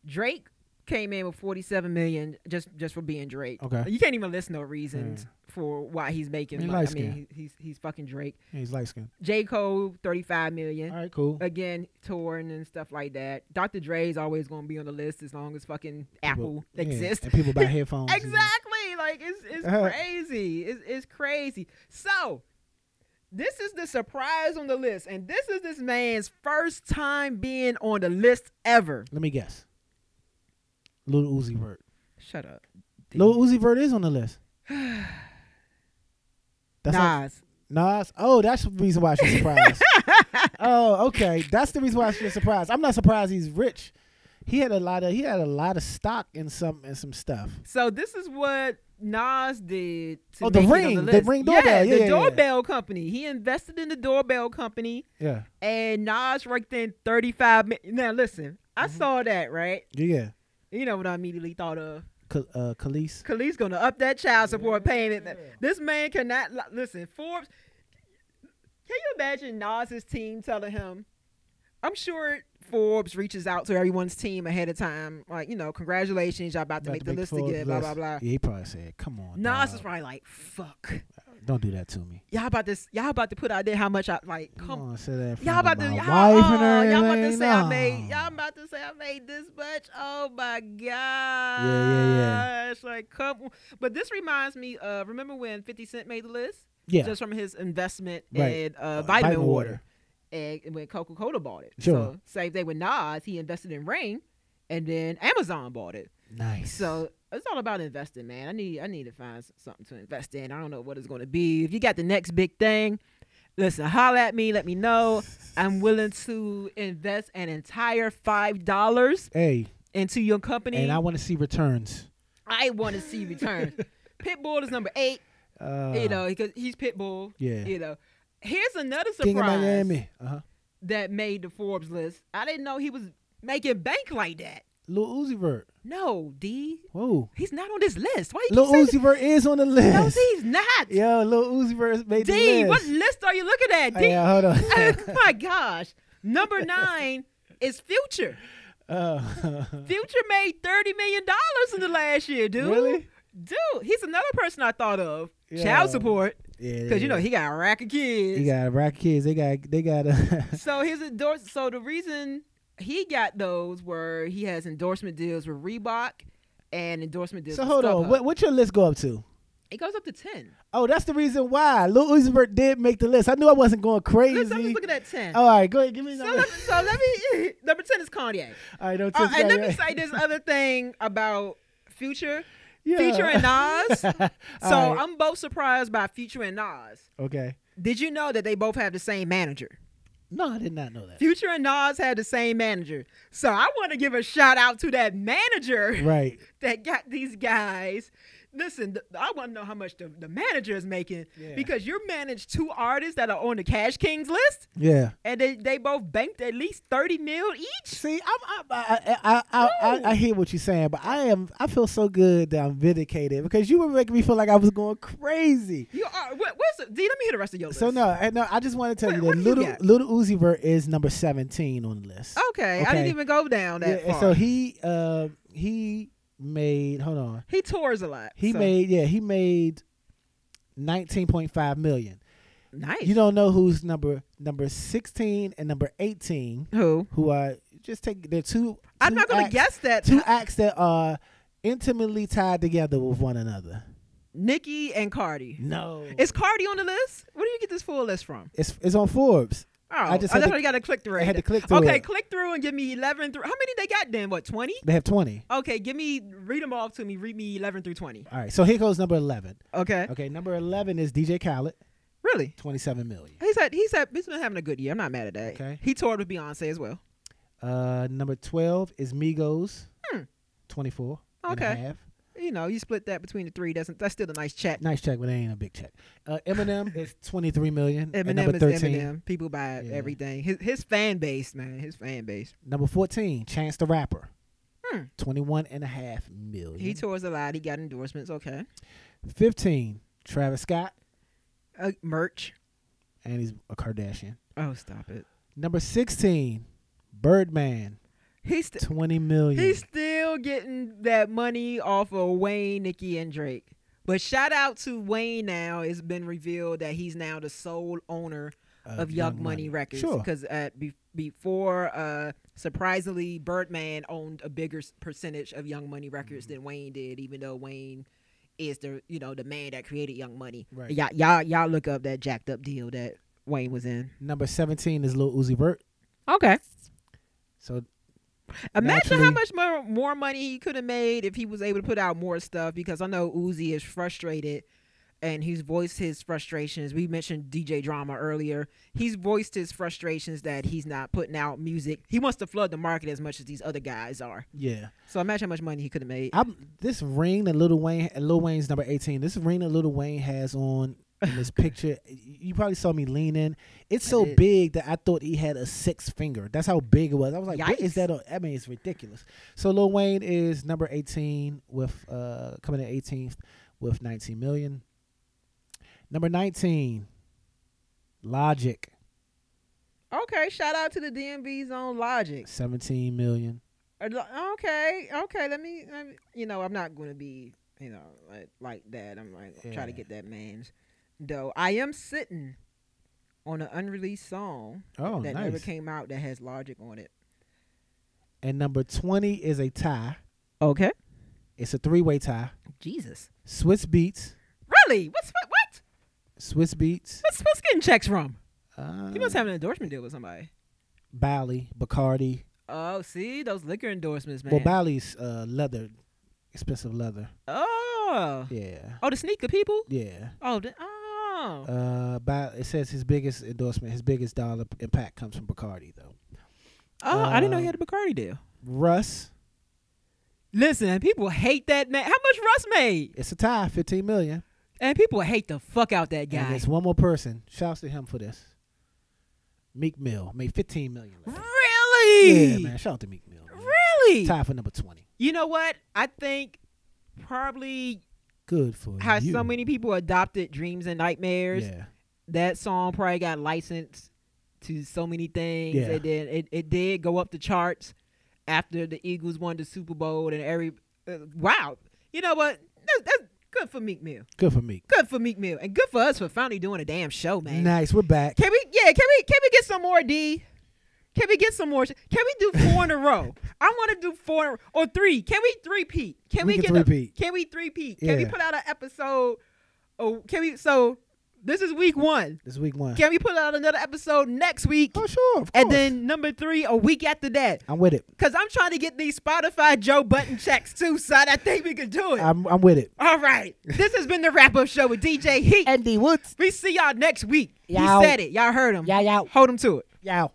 Speaker 3: Drake came in with 47 million just just for being Drake.
Speaker 4: Okay.
Speaker 3: You can't even list no reasons for why he's making
Speaker 4: He
Speaker 3: money. I
Speaker 4: light
Speaker 3: mean
Speaker 4: skin.
Speaker 3: he- he's he's fucking Drake.
Speaker 4: Yeah, he's light skinned.
Speaker 3: J. Cole 35 million.
Speaker 4: All right, cool.
Speaker 3: Again, touring and stuff like that. Dr. Dre's always going to be on the list as long as fucking Apple
Speaker 4: People- yeah,
Speaker 3: exists.
Speaker 4: And people buy headphones. and-
Speaker 3: Exactly. Like it's it's
Speaker 4: Uh-huh.
Speaker 3: crazy. It's it's crazy. So this is the surprise on the list, and this is this man's first time being on the list ever.
Speaker 4: Let me guess. Little Uzi
Speaker 3: Hmm.
Speaker 4: Vert.
Speaker 3: Shut up.
Speaker 4: Lil Uzi Vert is on the list. That's not-
Speaker 3: Nas.
Speaker 4: Nas. Oh, that's the reason why she's surprised. oh, okay. That's the reason why she's surprised. I'm not surprised he's rich. He had a lot of he had a lot of stock in some in some stuff.
Speaker 3: so this is what Nas did. To
Speaker 4: Oh, the
Speaker 3: make it on
Speaker 4: Ring, the
Speaker 3: list.
Speaker 4: Ring doorbell. Yeah,
Speaker 3: the
Speaker 4: yeah, yeah.
Speaker 3: doorbell company. He invested in the doorbell company,
Speaker 4: Yeah.
Speaker 3: and Nas raked in thirty five. Mi- now listen, I
Speaker 4: Mm-hmm.
Speaker 3: saw that right.
Speaker 4: Yeah.
Speaker 3: You know what I immediately thought of.
Speaker 4: Ka- uh, Khalees.
Speaker 3: Khalid's gonna up that child support payment. This man cannot li- listen. Forbes, can you imagine Nas's team telling him? I'm sure Forbes reaches out to everyone's team ahead of time, like you know, congratulations, y'all about to
Speaker 4: About
Speaker 3: make
Speaker 4: to
Speaker 3: the
Speaker 4: make
Speaker 3: list
Speaker 4: Forbes
Speaker 3: again, blah
Speaker 4: list.
Speaker 3: blah blah.
Speaker 4: Yeah, he probably said, "Come on."
Speaker 3: Nas
Speaker 4: dog."
Speaker 3: is probably like, fuck.
Speaker 4: Don't do that to me.
Speaker 3: Y'all about to s- y'all about to put out there how much I like. Come
Speaker 4: Come on, say that. in
Speaker 3: Y'all
Speaker 4: front of
Speaker 3: about to
Speaker 4: my
Speaker 3: y'all,
Speaker 4: wife and
Speaker 3: oh, y'all about to
Speaker 4: everything.
Speaker 3: say I made
Speaker 4: Nah.
Speaker 3: y'all about to say I made this much. Oh my gosh.
Speaker 4: yeah,
Speaker 3: Like come but this reminds me of remember when 50 Cent made the list?
Speaker 4: yeah,
Speaker 3: Just from his investment
Speaker 4: Right.
Speaker 3: in uh,
Speaker 4: Uh,
Speaker 3: vitamin,
Speaker 4: vitamin
Speaker 3: water.
Speaker 4: water.
Speaker 3: And and when Coca Cola bought it.
Speaker 4: Sure.
Speaker 3: So same thing with Nas, he invested in Ring and then Amazon bought it.
Speaker 4: nice.
Speaker 3: So it's all about investing, man. I need I need to find s- something to invest in. I don't know what it's going to be. If you got the next big thing, listen, holla at me. Let me know. I'm willing to invest an entire five dollars
Speaker 4: hey,
Speaker 3: into your company.
Speaker 4: and I want to see returns.
Speaker 3: want to see returns. Pitbull is number eight.
Speaker 4: Uh,
Speaker 3: you know, because he's Pitbull.
Speaker 4: yeah.
Speaker 3: You know. Here's another
Speaker 4: King of
Speaker 3: surprise
Speaker 4: Miami. Uh huh.
Speaker 3: that made the Forbes list. I didn't know he was making bank like that.
Speaker 4: Lil Uzi Vert.
Speaker 3: No, D.
Speaker 4: Whoa.
Speaker 3: He's not on this list. Why you
Speaker 4: Lil
Speaker 3: keep saying
Speaker 4: Uzi Vert is on the
Speaker 3: No,
Speaker 4: list.
Speaker 3: he's not.
Speaker 4: Yo, Lil Uzi Vert made the
Speaker 3: D,
Speaker 4: list.
Speaker 3: what list are you looking at, D?
Speaker 4: Hey, uh, hold on.
Speaker 3: I mean, my gosh. Number nine is Future.
Speaker 4: Uh,
Speaker 3: Future made $30 million in the last year, dude.
Speaker 4: Really?
Speaker 3: Dude, he's another person I thought of.
Speaker 4: Yeah.
Speaker 3: Child support.
Speaker 4: yeah.
Speaker 3: Because, you know, he got a rack of kids.
Speaker 4: He got rock kids. They got. They got. Uh,
Speaker 3: so his endorse. So the reason he got those were he has endorsement deals with Reebok and endorsement deals
Speaker 4: so
Speaker 3: with
Speaker 4: hold
Speaker 3: StubHub.
Speaker 4: on. What, what's your list go up to?
Speaker 3: It goes up to 10.
Speaker 4: Oh, that's the reason why Lil Uzi Vert did make the list. I knew I wasn't going crazy.
Speaker 3: Listen, I'm just looking at 10.
Speaker 4: All right, go ahead. Give me
Speaker 3: so,
Speaker 4: another.
Speaker 3: let, so let me. Number 10 is Kanye.
Speaker 4: All right, don't
Speaker 3: Uh,
Speaker 4: touch
Speaker 3: and
Speaker 4: that,
Speaker 3: let me
Speaker 4: right?
Speaker 3: say this other thing about Future,
Speaker 4: Yeah.
Speaker 3: Future and Nas. so um,
Speaker 4: All right,
Speaker 3: I'm both surprised by Future and Nas.
Speaker 4: okay.
Speaker 3: Did you know that they both have the same manager?
Speaker 4: No, I did not know that.
Speaker 3: Future and Nas had the same manager. So I want to give a shout out to that manager
Speaker 4: Right.
Speaker 3: that got these guys. Listen, th- I want to know how much the, the manager is making
Speaker 4: Yeah.
Speaker 3: because you managed two artists that are on the Cash Kings list
Speaker 4: Yeah.
Speaker 3: and they, they both banked at least 30 mil each.
Speaker 4: See, I'm, I'm, I, I, I, I, I hear what you're saying, but I am. I feel so good that I'm vindicated because you were making me feel like I was going crazy.
Speaker 3: You are, what, what's the, D, let me hear the rest of your list.
Speaker 4: So no, I- no. I just want to tell
Speaker 3: What-
Speaker 4: you
Speaker 3: what
Speaker 4: that
Speaker 3: do you
Speaker 4: little
Speaker 3: got?
Speaker 4: little Uzi Vert is number 17 on the list.
Speaker 3: Okay, I didn't
Speaker 4: Okay.
Speaker 3: even go down that
Speaker 4: yeah,
Speaker 3: far.
Speaker 4: so he uh, he made hold on
Speaker 3: he tours a lot.
Speaker 4: he
Speaker 3: so-
Speaker 4: made yeah he made 19.5 million
Speaker 3: nice.
Speaker 4: you don't know who's number number 16 and number 18
Speaker 3: who?
Speaker 4: who are just take they're two
Speaker 3: I'm
Speaker 4: two
Speaker 3: not gonna
Speaker 4: acts-
Speaker 3: guess that.
Speaker 4: two acts that are intimately tied together with one another
Speaker 3: Nikki and Cardi.
Speaker 4: no
Speaker 3: Is Cardi on the list? Where do you get this full list from?
Speaker 4: it's it's on forbes
Speaker 3: Oh,
Speaker 4: I just
Speaker 3: oh, that's
Speaker 4: had to-
Speaker 3: why you got to click through.
Speaker 4: I had
Speaker 3: it.
Speaker 4: to click through
Speaker 3: Okay,
Speaker 4: it.
Speaker 3: click through and give me 11 through. How many they got then? What 20?
Speaker 4: they have 20
Speaker 3: Okay, give me read them off to me. Read me 11 through 20.
Speaker 4: all right so here goes number 11
Speaker 3: Okay,
Speaker 4: okay number 11 is dj khaled
Speaker 3: really?
Speaker 4: 27 million
Speaker 3: He's had he's had he's been having a good year. I'm not mad at that.
Speaker 4: Okay.
Speaker 3: He toured with Beyonce as well.
Speaker 4: uh number 12 is migos
Speaker 3: Hmm.
Speaker 4: 24
Speaker 3: Okay.
Speaker 4: and a half.
Speaker 3: You know, you split that between the three. That's that's still a nice chat.
Speaker 4: Nice check, but it ain't a big check. Uh, Eminem is twenty three million. at
Speaker 3: Eminem
Speaker 4: number
Speaker 3: is
Speaker 4: thirteen,
Speaker 3: Eminem. People buy
Speaker 4: Yeah.
Speaker 3: everything. His his fan base, man. His fan base.
Speaker 4: number fourteen, Chance the Rapper,
Speaker 3: Hmm.
Speaker 4: twenty one and a half million.
Speaker 3: He tours a lot. He got endorsements. Okay.
Speaker 4: Fifteen, Travis Scott,
Speaker 3: Uh, merch.
Speaker 4: and he's a Kardashian.
Speaker 3: Oh, stop it.
Speaker 4: Number sixteen, Birdman,
Speaker 3: He's st-
Speaker 4: twenty million.
Speaker 3: he's still getting that money off of Wayne, Nicki, and Drake. But shout out to Wayne. Now it's been revealed that he's now the sole owner of, Young, Money, Records
Speaker 4: Sure.
Speaker 3: because uh, be- before uh, surprisingly Birdman owned a bigger s- percentage of Young Money Records than Wayne did, even though Wayne is the you know the man that created Young Money.
Speaker 4: Right.
Speaker 3: Y'all, y'all y'all look up that jacked up deal that Wayne was in.
Speaker 4: Number seventeen is Lil Uzi Vert.
Speaker 3: Okay.
Speaker 4: So
Speaker 3: Imagine how
Speaker 4: Naturally.
Speaker 3: much more, more money he could have made if he was able to put out more stuff because I know Uzi is frustrated and he's voiced his frustrations. We mentioned DJ Drama earlier. He's voiced his frustrations that he's not putting out music. He wants to flood the market as much as these other guys are.
Speaker 4: yeah,
Speaker 3: So imagine how much money he could have made.
Speaker 4: I'm this ring that Little Wayne, Lil Wayne's number eighteen. This ring that Little Wayne has on in this picture, you probably saw me lean in. It's so
Speaker 3: did.
Speaker 4: big that I thought he had a six finger. That's how big it was. I was like, what
Speaker 3: Yikes.
Speaker 4: is that? On? I mean, it's ridiculous. So Lil Wayne is number eighteen with uh coming in eighteenth with nineteen million. Number nineteen, Logic,
Speaker 3: Okay, shout out to the DMV's on Logic.
Speaker 4: seventeen million.
Speaker 3: Okay, okay, let me, let me- you know, I'm not going to be, you know, like, like that. I'm like, trying
Speaker 4: Yeah.
Speaker 3: to get that man's though. I am sitting on an unreleased song
Speaker 4: Oh,
Speaker 3: that never
Speaker 4: nice.
Speaker 3: came out that has Logic on it.
Speaker 4: And number 20 is a tie.
Speaker 3: Okay.
Speaker 4: It's a three way tie.
Speaker 3: Jesus.
Speaker 4: Swiss Beats.
Speaker 3: Really? What's what? What?
Speaker 4: Swiss Beats.
Speaker 3: What's what's getting checks from?
Speaker 4: Uh,
Speaker 3: He must have an endorsement deal with somebody.
Speaker 4: Bally, Bacardi.
Speaker 3: Oh, see those liquor endorsements, man.
Speaker 4: Well, Bally's uh, leather, expensive leather.
Speaker 3: oh.
Speaker 4: Yeah.
Speaker 3: Oh, the sneaker people.
Speaker 4: Yeah.
Speaker 3: Oh, the, oh.
Speaker 4: Uh, ba- it says his biggest endorsement, his biggest dollar impact comes from Bacardi, though.
Speaker 3: oh, I didn't know he had
Speaker 4: um,
Speaker 3: a Bacardi deal.
Speaker 4: Russ,
Speaker 3: Listen, people hate that man. How much Russ made?
Speaker 4: it's a tie, fifteen million.
Speaker 3: And people hate the fuck out that
Speaker 4: And
Speaker 3: guy.
Speaker 4: there's one more person. Shouts to him for this. Meek Mill made fifteen million. last-
Speaker 3: Really?
Speaker 4: Yeah, man. Shout out to Meek Mill. man.
Speaker 3: Really?
Speaker 4: Tie for number twenty.
Speaker 3: You know what? I think probably
Speaker 4: Good for
Speaker 3: how
Speaker 4: you.
Speaker 3: so many people adopted Dreams and Nightmares.
Speaker 4: Yeah.
Speaker 3: That song probably got licensed to so many things.
Speaker 4: Yeah.
Speaker 3: And then it, it did go up the charts after the Eagles won the Super Bowl and every. Uh, wow. You know what? That, that's good for Meek Mill.
Speaker 4: Good for Meek.
Speaker 3: Good for Meek Mill. And good for us for finally doing a damn show, man.
Speaker 4: Nice. We're back.
Speaker 3: Can we? Yeah. Can we? Can we get some more D? Can we get some more? sh- Can we do four in a row? I want to do four in a- or three. Can we three peat? Can
Speaker 4: We
Speaker 3: we,
Speaker 4: can
Speaker 3: get a-
Speaker 4: three-peat.
Speaker 3: Can we three peat? Can we
Speaker 4: Yeah.
Speaker 3: put out an episode? Oh, can we? So this is week one.
Speaker 4: This is week one.
Speaker 3: Can we put out another episode next week?
Speaker 4: oh sure. Of
Speaker 3: And
Speaker 4: course.
Speaker 3: then number three a week after that,
Speaker 4: I'm with it.
Speaker 3: cause I'm trying to get these Spotify Joe Button checks too, son. I think we can do it.
Speaker 4: I'm I'm with it.
Speaker 3: All right, this has been the wrap up show with DJ Heat.
Speaker 4: Andy Woods.
Speaker 3: We see y'all next week.
Speaker 4: Yow.
Speaker 3: He said it. Y'all heard him.
Speaker 4: Yow, yow.
Speaker 3: Hold him to it.
Speaker 4: Yow.